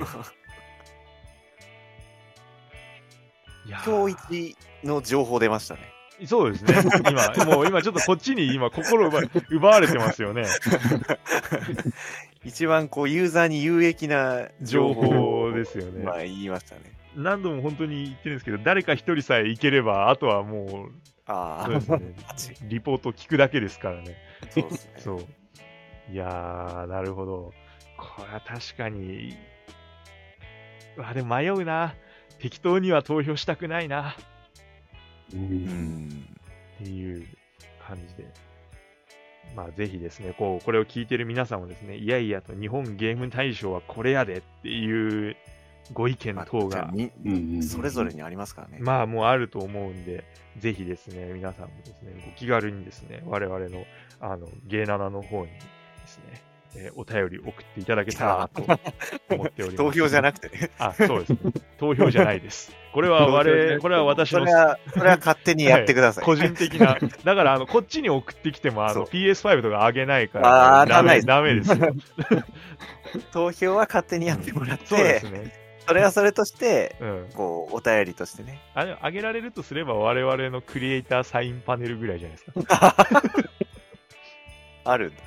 いや今ー日一の情報出ましたね。そうですね。今、もう今ちょっとこっちに今心奪わ奪われてますよね。一番こう、ユーザーに有益な情 (laughs) 情報を報ですよねま。あ、言いましたね。何度も本当に言ってるんですけど、誰か一人さえ行ければ、あとはもう、あそうあですね、リポート聞くだけですからね。そうですね。そう。いやー、なるほど。これは確かに、うわ、でも迷うな。適当には投票したくないな。う、うんん。っていう感じで。まあ、ぜひですね、こう、これを聞いてる皆さんもですね、いやいやと日本ゲーム大賞はこれやでっていうご意見まあ等じゃあが、みうんうん、それぞれにありますからね。まあ、もうあると思うんで、ぜひですね、皆さんもですね、ご気軽にですね、我々の、あの、ゲーナナの方にですね、えーお便り送っていただけたら (laughs) なと思っております。投票じゃななくてね。あ、そうです。投票じゃないです。これは投票じゃな我い々、これは私そのれは、それは勝手にやってください。個人的 (laughs) な。だから、あの、こっちに送ってきても、あの、そ PS5 とかあげないかあーら、あげダないメですダメですよ。投票は勝手 (laughs) にやってもらって、そうですね。それはそれとして、うん。こう、お便りとしてね。あの、あげられるとすれば、我々のクリエイターサインパネルぐらいじゃないですか。あるんだ。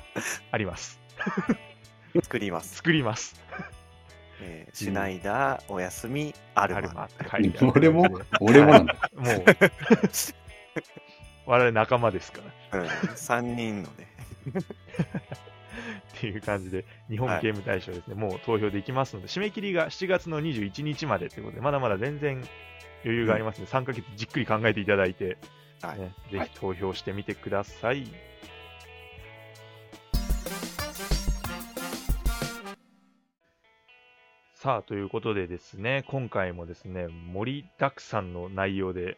あります。作ります。作ります。えーシュナイダー、おやすみ、アルアルマ。マって書いてある (laughs) 俺も俺もなんだ。もう、我々仲間ですから。うん、3人のね。っていう感じで、日本ゲーム大賞ですね、もう投票できますので、締め切りが7月の21日までということで、まだまだ全然余裕がありますので、3ヶ月じっくり考えていただいて、はいね、ぜはひい投票してみてください。さあ、ということでですね、今回もですね、盛りだくさんの内容で、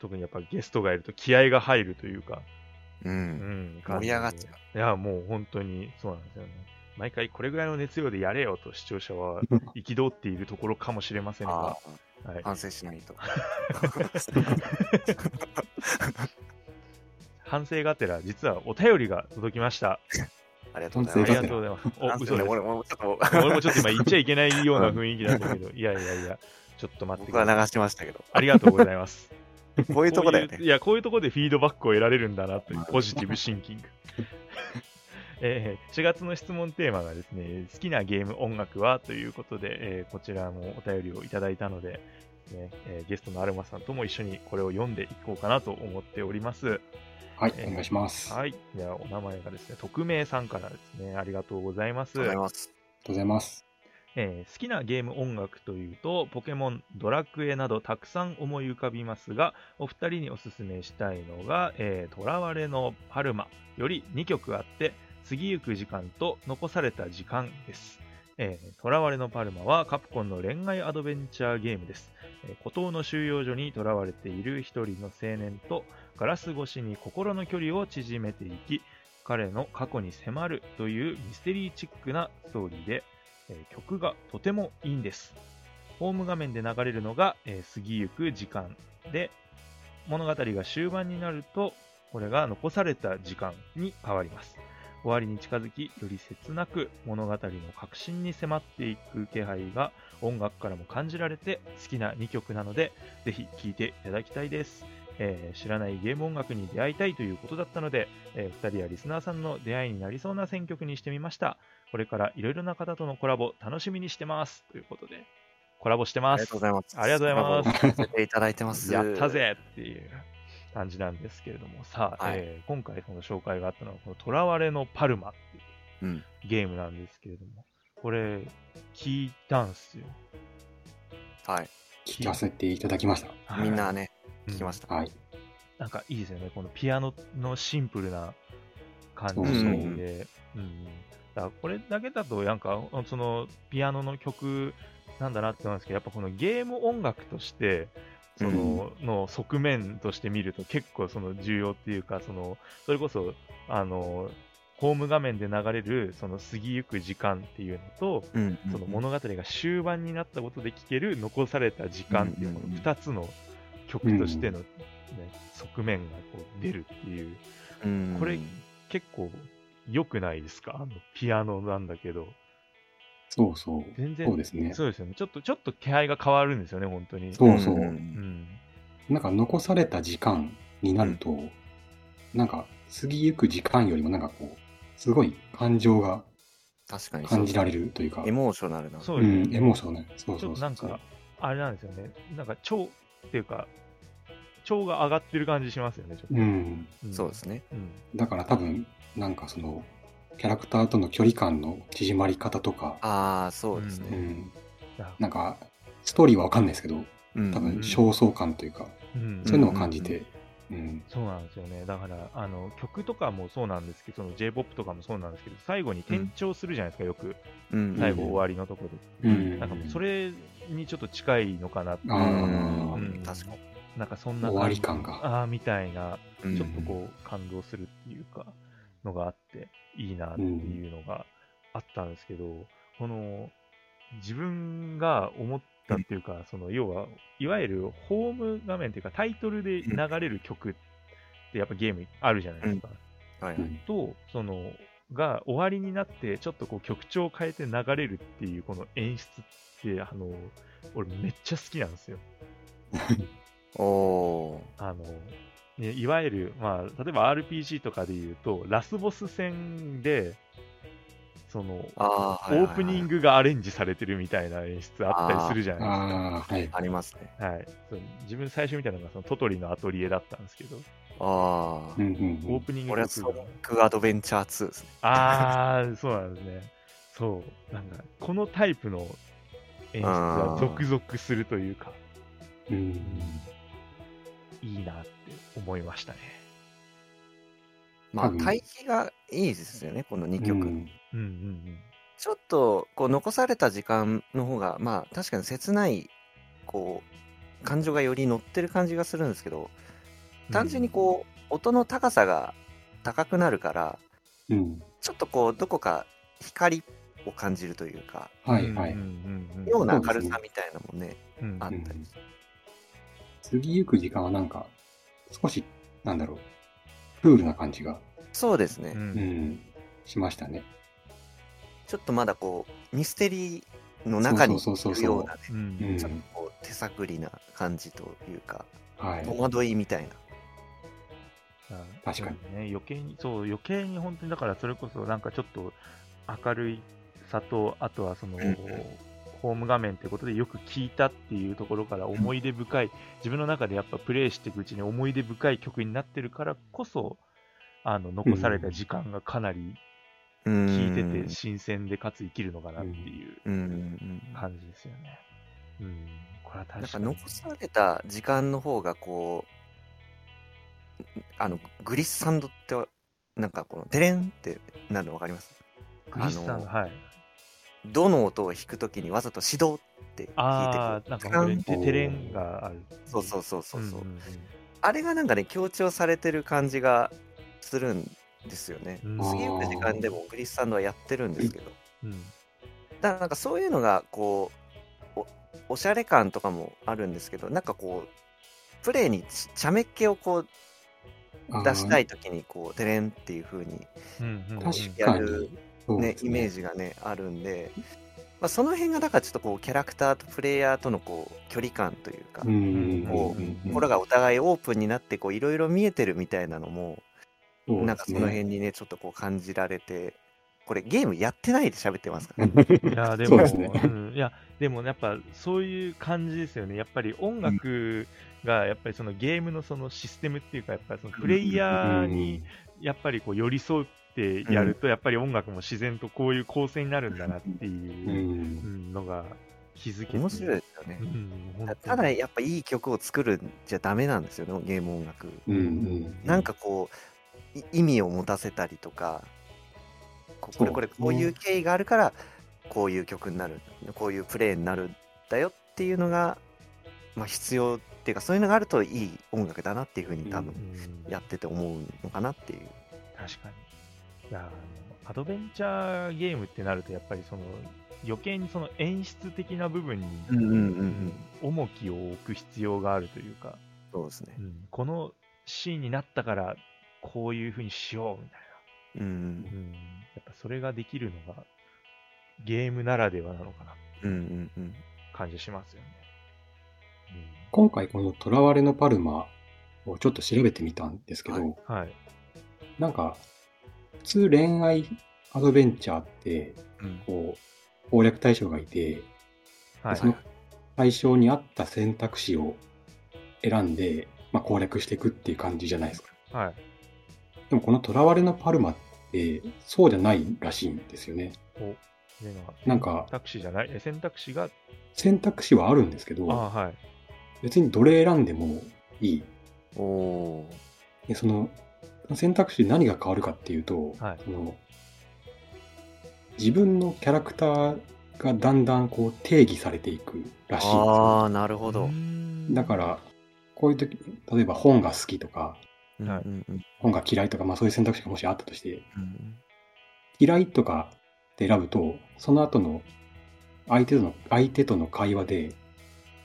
特にやっぱゲストがいると気合が入るというか、う。うんん、盛り上がっちゃいや、もう本当にそうなんですよね。毎回これぐらいの熱量でやれよと視聴者 (laughs) は憤っているところかもしれませんが、あはーい、反省しない (laughs) と。反省がてら、実はお便りが届きました。ありがとうござあい反り省まがとうございます。お、すなんすて嘘よでね。す。俺もちょっ (laughs) と、俺もちょっと今言っちゃいけない (laughs) ような雰囲気だったけど、いやいやいや、ちょっと待って僕くだはさい。流しまし (laughs) たけど。ありがとうございます。こういうとこだよこねういう。いや、こういうとこでフィードバックを得られるんだなというポジティブシンキング。 (laughs) えー4月の質問テーマがですね、好きなゲーム音楽はということで、えーこちらもお便りをいただいたので、ねえーゲストのアルマさんとも一緒にこれを読んでいこうかなと思っております。はい、お願いします。ありがはい。では、お名前がですね、匿名さんからですね、ありがとうございます。ありがとうございます。とうございます。えー好きなゲーム音楽というと、ポケモン、ドラクエなどたくさん思い浮かびますが、お二人におすすめしたいのが、えー、囚われのパルマより2曲あって、過ぎゆく時間と残された時間です。えー、囚われのパルマはカプコンの恋愛アドベンチャーゲームです。えー孤島の収容所に囚われている一人の青年と、ガラス越しに心の距離を縮めていき、彼の過去に迫るというミステリーチックなストーリーで、えー曲がとてもいいんです。ホーム画面で流れるのが、えー過ぎゆく時間で、物語が終盤になると、これが残された時間に変わります。終わりに近づき、より切なく物語の核心に迫っていく気配が音楽からも感じられて好きな2曲なので、ぜひ聴いていただきたいです。えー知らないゲーム音楽に出会いたいということだったので、え2人やリスナーさんの出会いになりそうな選曲にしてみました。これからいろいろな方とのコラボ楽しみにしてます。ということで、コラボしてあまりがすとう。ございます。ありがとうございますコラボさせていただいてます。やった。ぜっていう感じなんですけれども、さあ、はいえー今回その紹介があったのは、この囚われのパルマっていううん。ゲームなんですけれども、これ、聞いたんすよ。はい。聞かせていただきました。はいみんなね、うん聞きました。はい。なんかいいですよね、このピアノのシンプルな感じそうそうで。うんだからこれだけだと、なんか、そのピアノの曲なんだなって思うんですけど、やっぱこのゲーム音楽として、その、の側面として見ると結構その重要っていうか、その、それこそ、あの、ホーム画面で流れる、その過ぎゆく時間っていうのと、うん。その物語が終盤になったことで聴ける残された時間っていうこのうんうんうん2つの曲としての、ね側面がこう出るっていううんこれ結構良くないですかあのピアノなんだけどそうそう。全然そうですね。そうですよねちょっとちょっと気配が変わるんですよね本当にそうそう。うんんなんか残された時間になると、なんか過ぎゆく時間よりもなんかこう、すごい感情が確かにそう感じられるというか、エモーショナルな。そううですん、ねエモーションね。そうちょそっうとそなんうそうか。あれなんですよねなんか腸っていうか腸が上がってる感じしますよねちょっとうん。んそうですね。うんだから多分、なんかその、キャラクターとの距離感の縮まり方とか、ああ、そうですうね。ん、だからなんか、ストーリーはわかんないですけど、うん多う分、ん焦燥感というか、うんそういうのを感じて、うん。そうなんですよね。だから、あの、曲とかもそうなんですけど、その J-POP とかもそうなんですけど、最後に転調するじゃないですか、よく。うん最後終わりのところで。うん。なんかもうそれにちょっと近いのかなってあーうん確かに。なんかそんな終わり感が。ああー、みたいな、うんちょっとこう、感動するっていうか、のがあって、いいなっていうのがあったんですけど、この、自分が思ったっていうか、その、要は、いわゆるホーム画面っていうか、タイトルで流れる曲ってやっぱゲームあるじゃないですか。はいうんと、その、が終わりになって、ちょっとこう曲調を変えて流れるっていう、この演出って、あの、俺めっちゃ好きなんですよ。おおあの、ね、いわゆる、まあ、例えば RPG とかで言うと、ラスボス戦で、その、ー。オあー、はいはいはいープニン。グがアレンジされてるみたいな演出あったりするじゃないですか。ああ、はい。ありますね。はい、そう自分最初見たのがそのトトリのアトリエだったんですけど、あうあ。んうんうオーん。プニング俺は曲ソがニックアドベンチャー2ですね。ああ、そうなんですね。そう。なんか、このタイプの演出は続々するというか、うん。いいなって思いましたね。まうあ、ん対比がいいですよね、この2曲。うんうんうんちょっと、こう、残された時間の方が、まあ、確かに切ない、こう、感情がより乗ってる感じがするんですけうど、ん。単純にこう、音の高さが高くなるから、うん。ちょっとこう、どこか光を感じるというか、はいはい。うんうんうんような明るさみたいなもんね、うんあっうたりん。次行く時間はなんか、少し、なんだろう、クールな感じが、そうですね、うんうん、しましたね。ちょっとまだこう、ミステリーの中にそうそういそうるそうようなね、ううんんちょっとこう、手探りな感じというか、はい。戸惑いみたいな。確かににね。余計に、そう、余計に本当に、だからそれこそなんかちょっと明るいさと、あとはそのんうん、ホーム画面ってことでよく聞いたっていうところから思い出深い、自分の中でやっぱプレイしていくうちに思い出深い曲になってるからこそ、あの、残された時間がかなり聞聞いてて新鮮でかつ生きるのかなっていううんうんうん感じですよね。うん。これはなん確かかに。残された時間の方がこうあのグリッサンドってなんかこのデレンってなるの分かりますグリッサあンのはい。どの音を弾くときにわざと指導って弾あいてあ、くなるんかこれ、テカンテレンがある。そうそうそうそうそう、んんんあれがなんかね強調されてる感じがするんですよねうん過ぎゆく時間でもグリッサンドはやってるんですけどうんだからなんかそういうのがこうおおしゃれ感とかもあるんですけどなんかこうプレイにちちゃめっ気をこう出したい時にこうデレンっていう風にうんうんうんあこー。確やかるに。そうねですイメージがねあるんで、まあ、その辺がだからちょっとこうキャラクターとプレイヤーとのこう距離感というか、うんうんこうんううん。心がお互いオープンになってこういろいろ見えてるみたいなのも、そうですねなんかその辺にねちょっとこう感じられてこれゲームやってないで喋ってますから、ね、いや、でそうも、ですねうんいや、でもやっぱそういう感じですよね。やっぱり音楽が、やっぱりそのゲームのそのシステムっていうか、やっぱりそのプレイヤーに、やっぱりこう寄り添ってやると、やっぱり音楽も自然とこういう構成になるんだなってうん、いう。ううんんのが気づけて面白いですよねう、ん本当にただやっぱいい曲を作るんじゃダメなんですよねゲーム音楽、うんうん。なんかこうい意味を持たせたりとかここれこれこういう経緯があるからこういう曲になるこういうプレイになるんだよっていうのが、まあ、必要っていうかそういうのがあるといい音楽だなっていうふうに多う分んやってて思うのかなっていう。確かに。いや、あの、アドベンチャーゲームってなると、やっぱりその、余計にその演出的な部分に、うんうんうんうん重きを置く必要があるというか、そうですねう。んこのシーンになったから、こういう風にしようみたいうんうんな。うんやっぱそれができるのが、ゲームならではなのかな、うんうんうん。感じしますよね。今回この囚われのパルマをちょっと調べてみたんですけど、はうんはい。なんか、普通恋愛アドベンチャーって、うんこう、攻略対象がいて、はい。その対象に合った選択肢を選んで、まあ、攻略していくっていう感じじゃないですか。はい。でもこの囚われのパルマって、そうじゃないらしいんですよね。でのはなんか選択肢じゃない、え選択肢が、選択肢はあるんですけあど、はい。別にどれ選んでもいいおおでその選択肢で何が変わるかっていうと、はいその自分のキャラクターがだんだんこう定義されていくらしいあんですよ。あなるほど、だからこういう時例えば本が好きとかうんはいうんうん本が嫌いとか、まあ、そういう選択肢がもしあったとしてうん嫌いとかで選ぶとその後の相手との相手との会話で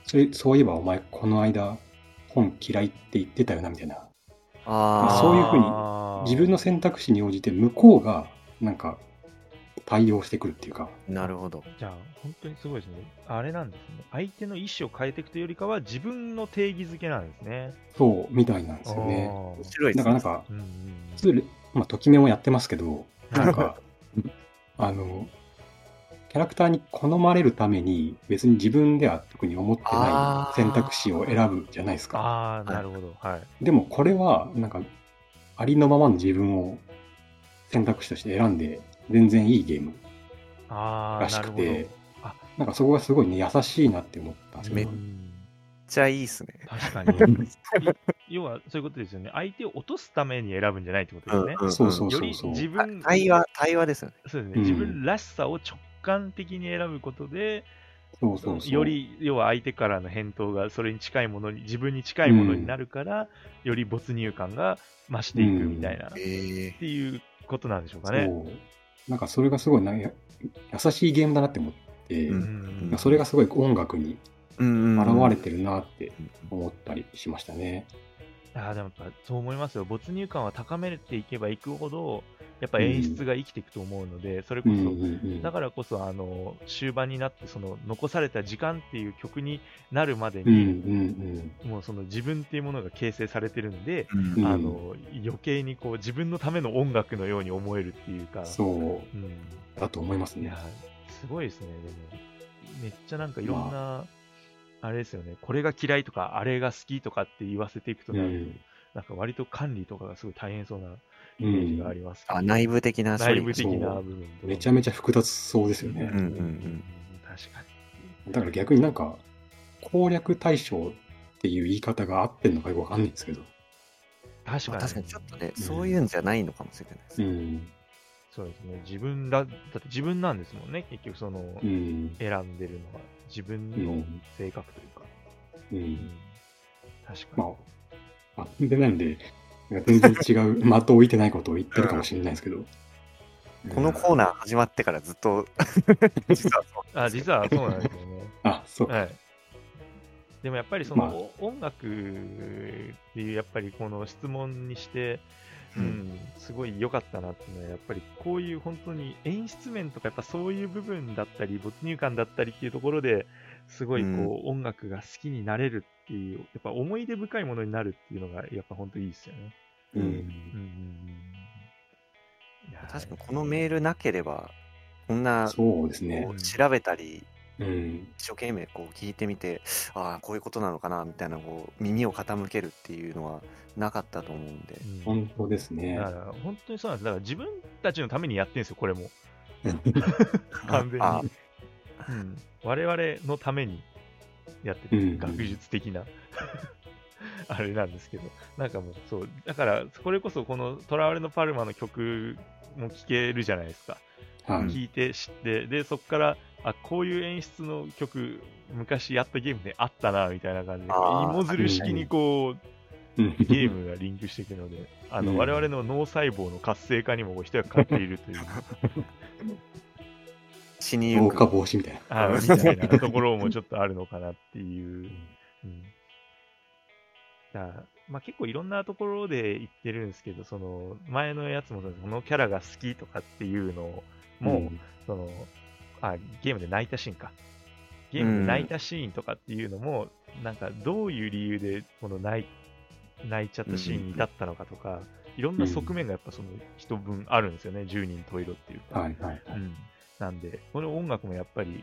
それそういえばお前この間本嫌いって言ってたよなみたいなああそういうふうにあー自分の選択肢に応じて向こうがなんか対応してくるっていうかなるほどじゃあ、本当にすごいですね。あれなんですね。相手の意思を変えていくというよりかは、自分の定義づけなんですね。そうみたいなんですよあねー面白いですだねからなんかうんうん普通、まあ、ときめもやってますけどうんな (laughs) んかあのキャラクターに好まれるために別に自分では特に思ってあなーい選択肢を選ぶじゃないですかああ、なるほど。はい。でもこれはなんかありのままの自分を選択肢として選んで全然いいゲームあらあ、しなくるほど。てあなんかそこがすごいね優しいなって思ったんですけめどうんめっちゃいいですね確か (laughs) に。要は、そういうことですよね。相手を落とすために選ぶんじゃないってことですね。んんそうそうよそうりそう自分、あ対話対話ですよねそうですうね。ん自分らしさを直感的に選ぶことで、そうそうそうより要は相手からの返答がそれに近いものに自分に近いものになるから、より没入感が増していくみたいな、っええていうことなんでしょうかそね。うなんかそれがすごいなんか優しいゲームだなって思って、ううんんそれがすごい音楽にうん現れてるなって思ったりしましたね。あーでもやっぱそう思いますよ没入感は高めていけばいくほどやっぱ演出が生きていくと思うので、それこうそ、んうんうんだからこそあの終盤になってその残された時間っていう曲になるまでうんに、うんもうその自分っていうものが形成されてるので、うんうんあの余計にこう自分のための音楽のように思えるっていううか。ん、そうんうだと思いますいやね。ー、すごいですね、でも。めっちゃなんかいろんな、あれですよね、これが嫌いとか、あれが好きとかって言わせていくとうなると、んなんか割と管理とかがすごい大変そうなイうメージがあん、りますけど、あ内部的な処内理部的なそう部分とかめちゃめちゃ複雑そうですようんね。うんうんうん確かに。だから逆になんか攻略対象っていう言い方が合ってるのかよくわかんないんですけど。確まかあに。確かにちょっとね、うんそういうんじゃないのかもしれないですうね、んそうですね、自分ら、だって自分なんですもんね、結局その、うん選んでるのは、自分うのん性格というか。ううんん確かに。まあ、あでなんで、なんか全然違う、 (laughs) 的を置いてないことを言ってるかもしれないですけど。このコーナー始まってからずっと実はそうあ、実はそうなんですよね。あ、そうか。はい、でもやっぱりその、まあ音楽っていうやっぱりこの質問にして、うんすごい良かったなっていうのはやっぱりこういう本当に演出面とかやっぱそういう部分だったり没入感だったりっていうところですごいこう、音楽が好きになれるっていうやっぱ思い出深いものになるっていうのがやっぱ本当いいですよね。ううんん。うんうんいやー確かにこのメールなければこんなそうですねこ。う調べたりうん。一生懸命こう聞いてみてああこういうことなのかなみたいなこう耳を傾けるっていうのはなかったと思うんでうん本当ですねだか。ら本当にそうなんです。だから自分たちのためにやってるんですよ、これ (laughs) も。完全あに。うん、我々のためにやってる、うん学術的な (laughs) あれなんですけど、なんかもうそう、だから、これこそこのトラワレのパルマの曲も聴けるじゃないですか。はうんい。聞いて知って、で、そこから、あ、こういう演出の曲、昔やったゲームであったな、みたいな感じで、あー芋づる式にこう、うんゲームがリンクしていくので、あの、うん我々の脳細胞の活性化にもこう一役買っているという、死にゆ防く火防止みたいな。 (laughs) あのみたいなところもちょっとあるのかなっていう。うん、だからまあ、結構いろんなところで言ってるんですけど、その前のやつもそうですこのキャラが好きとかっていうのも、んそのあゲームで泣いたシーンか。ゲームで泣いたシーンとかっていうのも、なんかどういう理由でこの泣い泣いちゃったシーンに至ったのかとか、いろんな側面がやっぱその人分あるんですよね、10人十色っていうか。はいはいはうい。ん、なんで、この音楽もやっぱり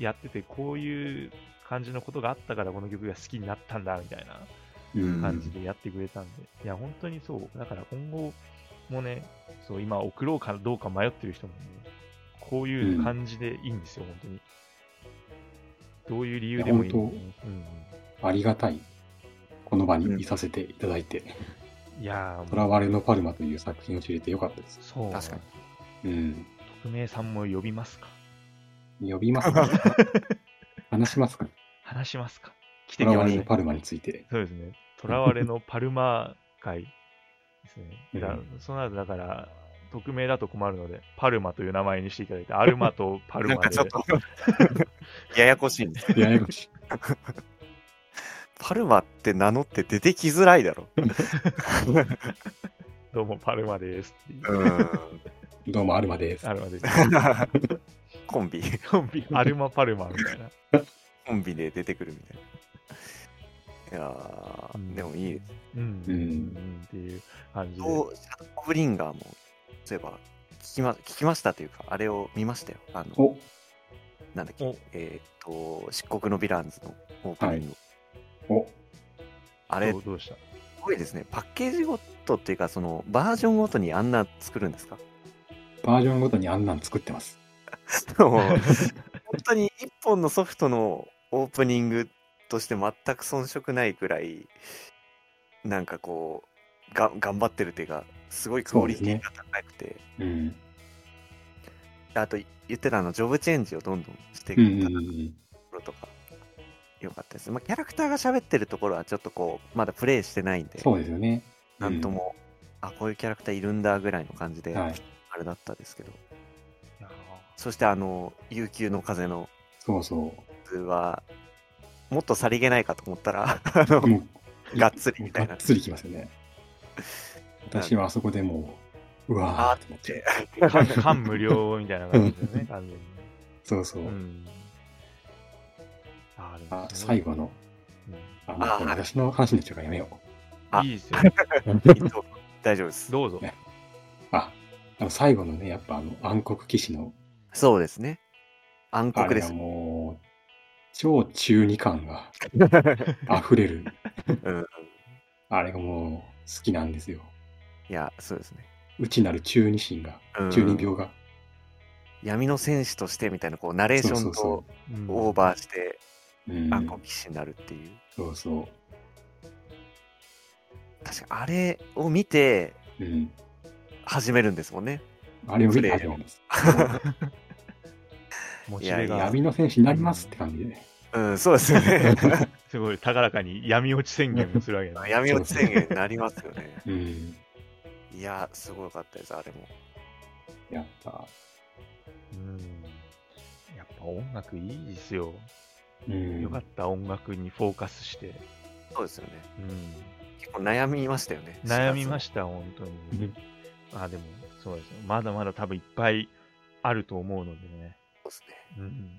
やってて、こういう感じのことがあったからこの曲が好きになったんだみたいなうん感じでやってくれたんで、いや、本当にそう、だから今後もね、そう今送ろうかどうか迷ってる人もね、こういう感じでいいんですよ、本当に。どういう理由でもいいんで、いや本ありがたいこの場にいさせていただいて、いやー囚われのパルマという作品を知れてよかったです。そう。確かにうん。匿名さんも呼びますか呼 (laughs) びますか話しますか話しますか来囚てくださわれのい。パルマについて。そうですね。とらわれのパルマ会ですね。だ (laughs) うんその後だから、匿名だと困るので、パルマという名前にしていただいて、アルマとパルなんマかでちょっと (laughs) ややこしいねややこしい。パルマって名乗って出てきづらいだろ。どうもパルマですっていう。うん。どうも、アルマです。アルマです。コンビ、コンビ、 (laughs) アルマパルマみたいな。コンビで出てくるみたいな。いやー、でもいいです。うん。うんうんっていう感じで。そうシャドーブリンガーも、そういえば聞き,、ま、聞きましたというか、あれを見ましたよ。あの、お、なんだっおけ、えーっと、漆黒のヴィランズのオープニング。お、あれ、どすうどうしたごいですね。パッケージごとっていうか、その、バージョンごとにあんな作るんですか (laughs) バージョンごとにあんなん作ってます。もう本当に一本のソフトのオープニングとして全く遜色ないくらい、なんかこう、が頑張ってるっていうか、すごいクオリティが高くて、うん。あと言ってたあの、ジョブチェンジをどんどんしていうんくうんうんところとか、よかったです。まあ、キャラクターが喋ってるところはちょっとこう、まだプレイしてないんで、そうですよね。なんとも、あ、こういうキャラクターいるんだぐらいの感じで、はあい。れだったですけど、いやーそしてあの、悠久の風のそうそ普通は、もっとさりげないかと思ったら、あのう。もう、がっつりみたいながっつりきますよね。私はあそこでもう、うわーってなっちゃう。感感無量みたいな感じですよ (laughs) ね、完全に。そうそうう。ん。あーであもすごい最後の、うあ、あの、これ私の話になっちゃうからやめよあんいいですよ。う。一応大丈夫です。どうぞ。あ、あの最後のね、やっぱあの、暗黒騎士の、そうですね。暗あ黒れではす。もう、超中二 (laughs) 感が溢れる。うんあれがもう、好きなんですよ。いや、そうですね。内なる中二心が、うん中二病が。闇の戦士としてみたいな、こう、ナレーシそうョそンうとそオーバーして、う。うん暗黒騎士になるっていう。そうそ確か、あれを見て、う。うん。始めるんですもんね。あれを見プレイて始まる (laughs) んです。モチベいやが闇の戦士になりますって感じで。うん、そうですよ (laughs) ね。すごい高らかに闇落ち宣言をするわけ (laughs) です。闇落ち宣言になりますよね。うん。いや、すごかったです、あれも。やった。うんやっぱ音楽いいですよ。うん。よかった音楽にフォーカスして。そうですよね。うん結構悩みましたよね。悩みましした、本当うにん。あ、でも、そうですよ。まだまだ多分いっぱいあると思うのでね。た。そうですね。うんうん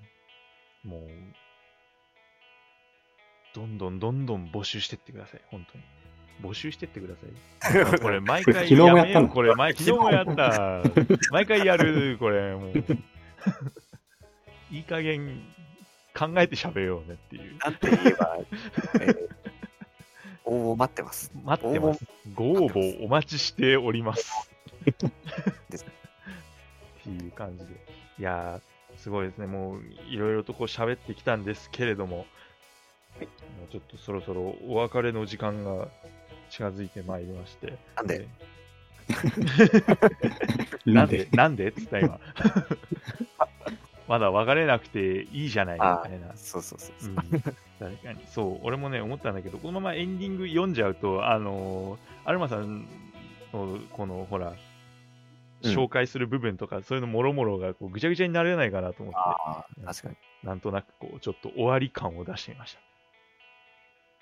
もう、どんどんどんどん募集してってください、本当に。募集してってくだ (laughs) さい。これ毎回昨日もやめったのようこれ毎昨日もや (laughs) った。毎回やる、これもう。 (laughs) いい加減考えて喋ようねっていう。なんて言えば、えー (laughs) 応募待ってます。待ってます。ご応募お待ちしております。ですっていう感じで。いやー、すごいですね。もう、いろいろとこう喋ってきたんですけれども、もうちょっとそろそろお別れの時間が近づいてまいりまして。なんで、なんで、なんでって言った今。 (laughs) まだ別れなくていいじゃないみあーたいな。そうそうそううそう、ん、確かにそう俺もね思ったんだけどこのままエンディング読んじゃうとあのーアルマさんのこのほらうん紹介する部分とか、そういうのもろもろがこうぐちゃぐちゃになれないかなと思ってああ、確かに。なんとなくこうちょっと終わり感を出してみました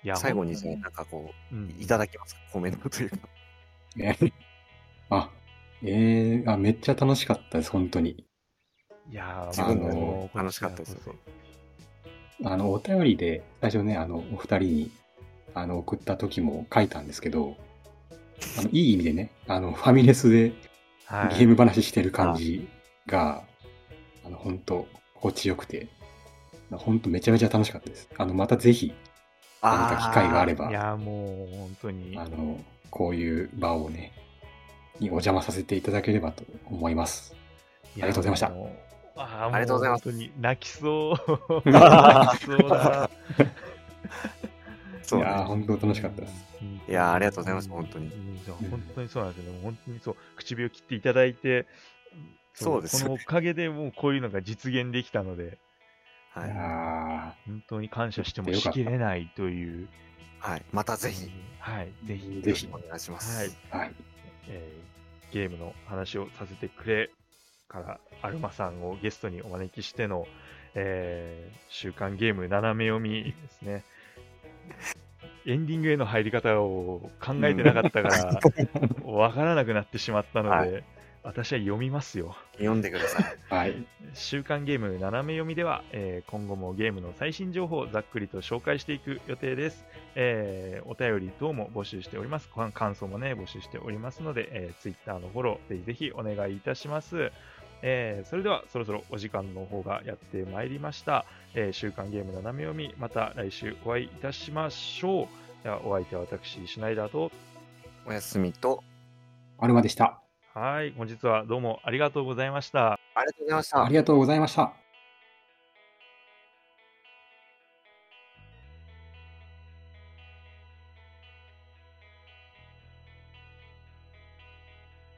いや最後にほんとね、なんかこうんう、いただきますか、コメント (laughs) というか。あ、えー、あ、めっちゃ楽しかったです、本当に。いやー自分でもうもこちら楽しかったですよこそあの、お便りで、最初ね、あの、お二人に、あの、送った時も書いたんですけど、あの、いい意味でね、あの、ファミレスではいゲーム話してる感じが、あの、本当心地よくて、本当めちゃめちゃ楽しかったです。あの、またぜひ、何か機会があれば。いば、あやーもう本当にの、こういう場をね、にお邪魔させていただければと思います。いやありがとうございましたもうあ。ありがとうございますも本当に泣きそう。あ泣きそうだな。そういやー、ね。本当楽しかったです。いやーありがとうございます本当にうん。いや本当にそうなんですよね。本当にそう、唇を切っていただいて、そうですこよねのおかげでもうこういうのが実現できたので、はいやい。ー本当に感謝してもしきれないという。はい。またぜひ、。はい、ぜひ。ぜひお願いしまはす。いはい。えーゲームの話をさせてくれから、アルマさんをゲストにお招きしての、えー週刊ゲーム斜め読みですね。エンディングへの入り方を考えてなかったから、わからなくなってしまったので、は私は読みますよ。読んでください。はい。週刊ゲーム斜め読みでは、えー今後もゲームの最新情報をざっくりと紹介していく予定です。えーお便り等も募集しております。こ感想もね、募集しておりますので、えー、Twitter のフォロー、ぜひぜひお願いいたします。えーそれではそろそろお時間の方がやってまいりました。えー週刊ゲーム斜め読み、また来週お会いいたしましょう。ではお相手は私、シュナイダーと、おやすみと、アルマでした。はい、本日はどうもありがとうございました。ありがとうございましたあ。りがとうございました。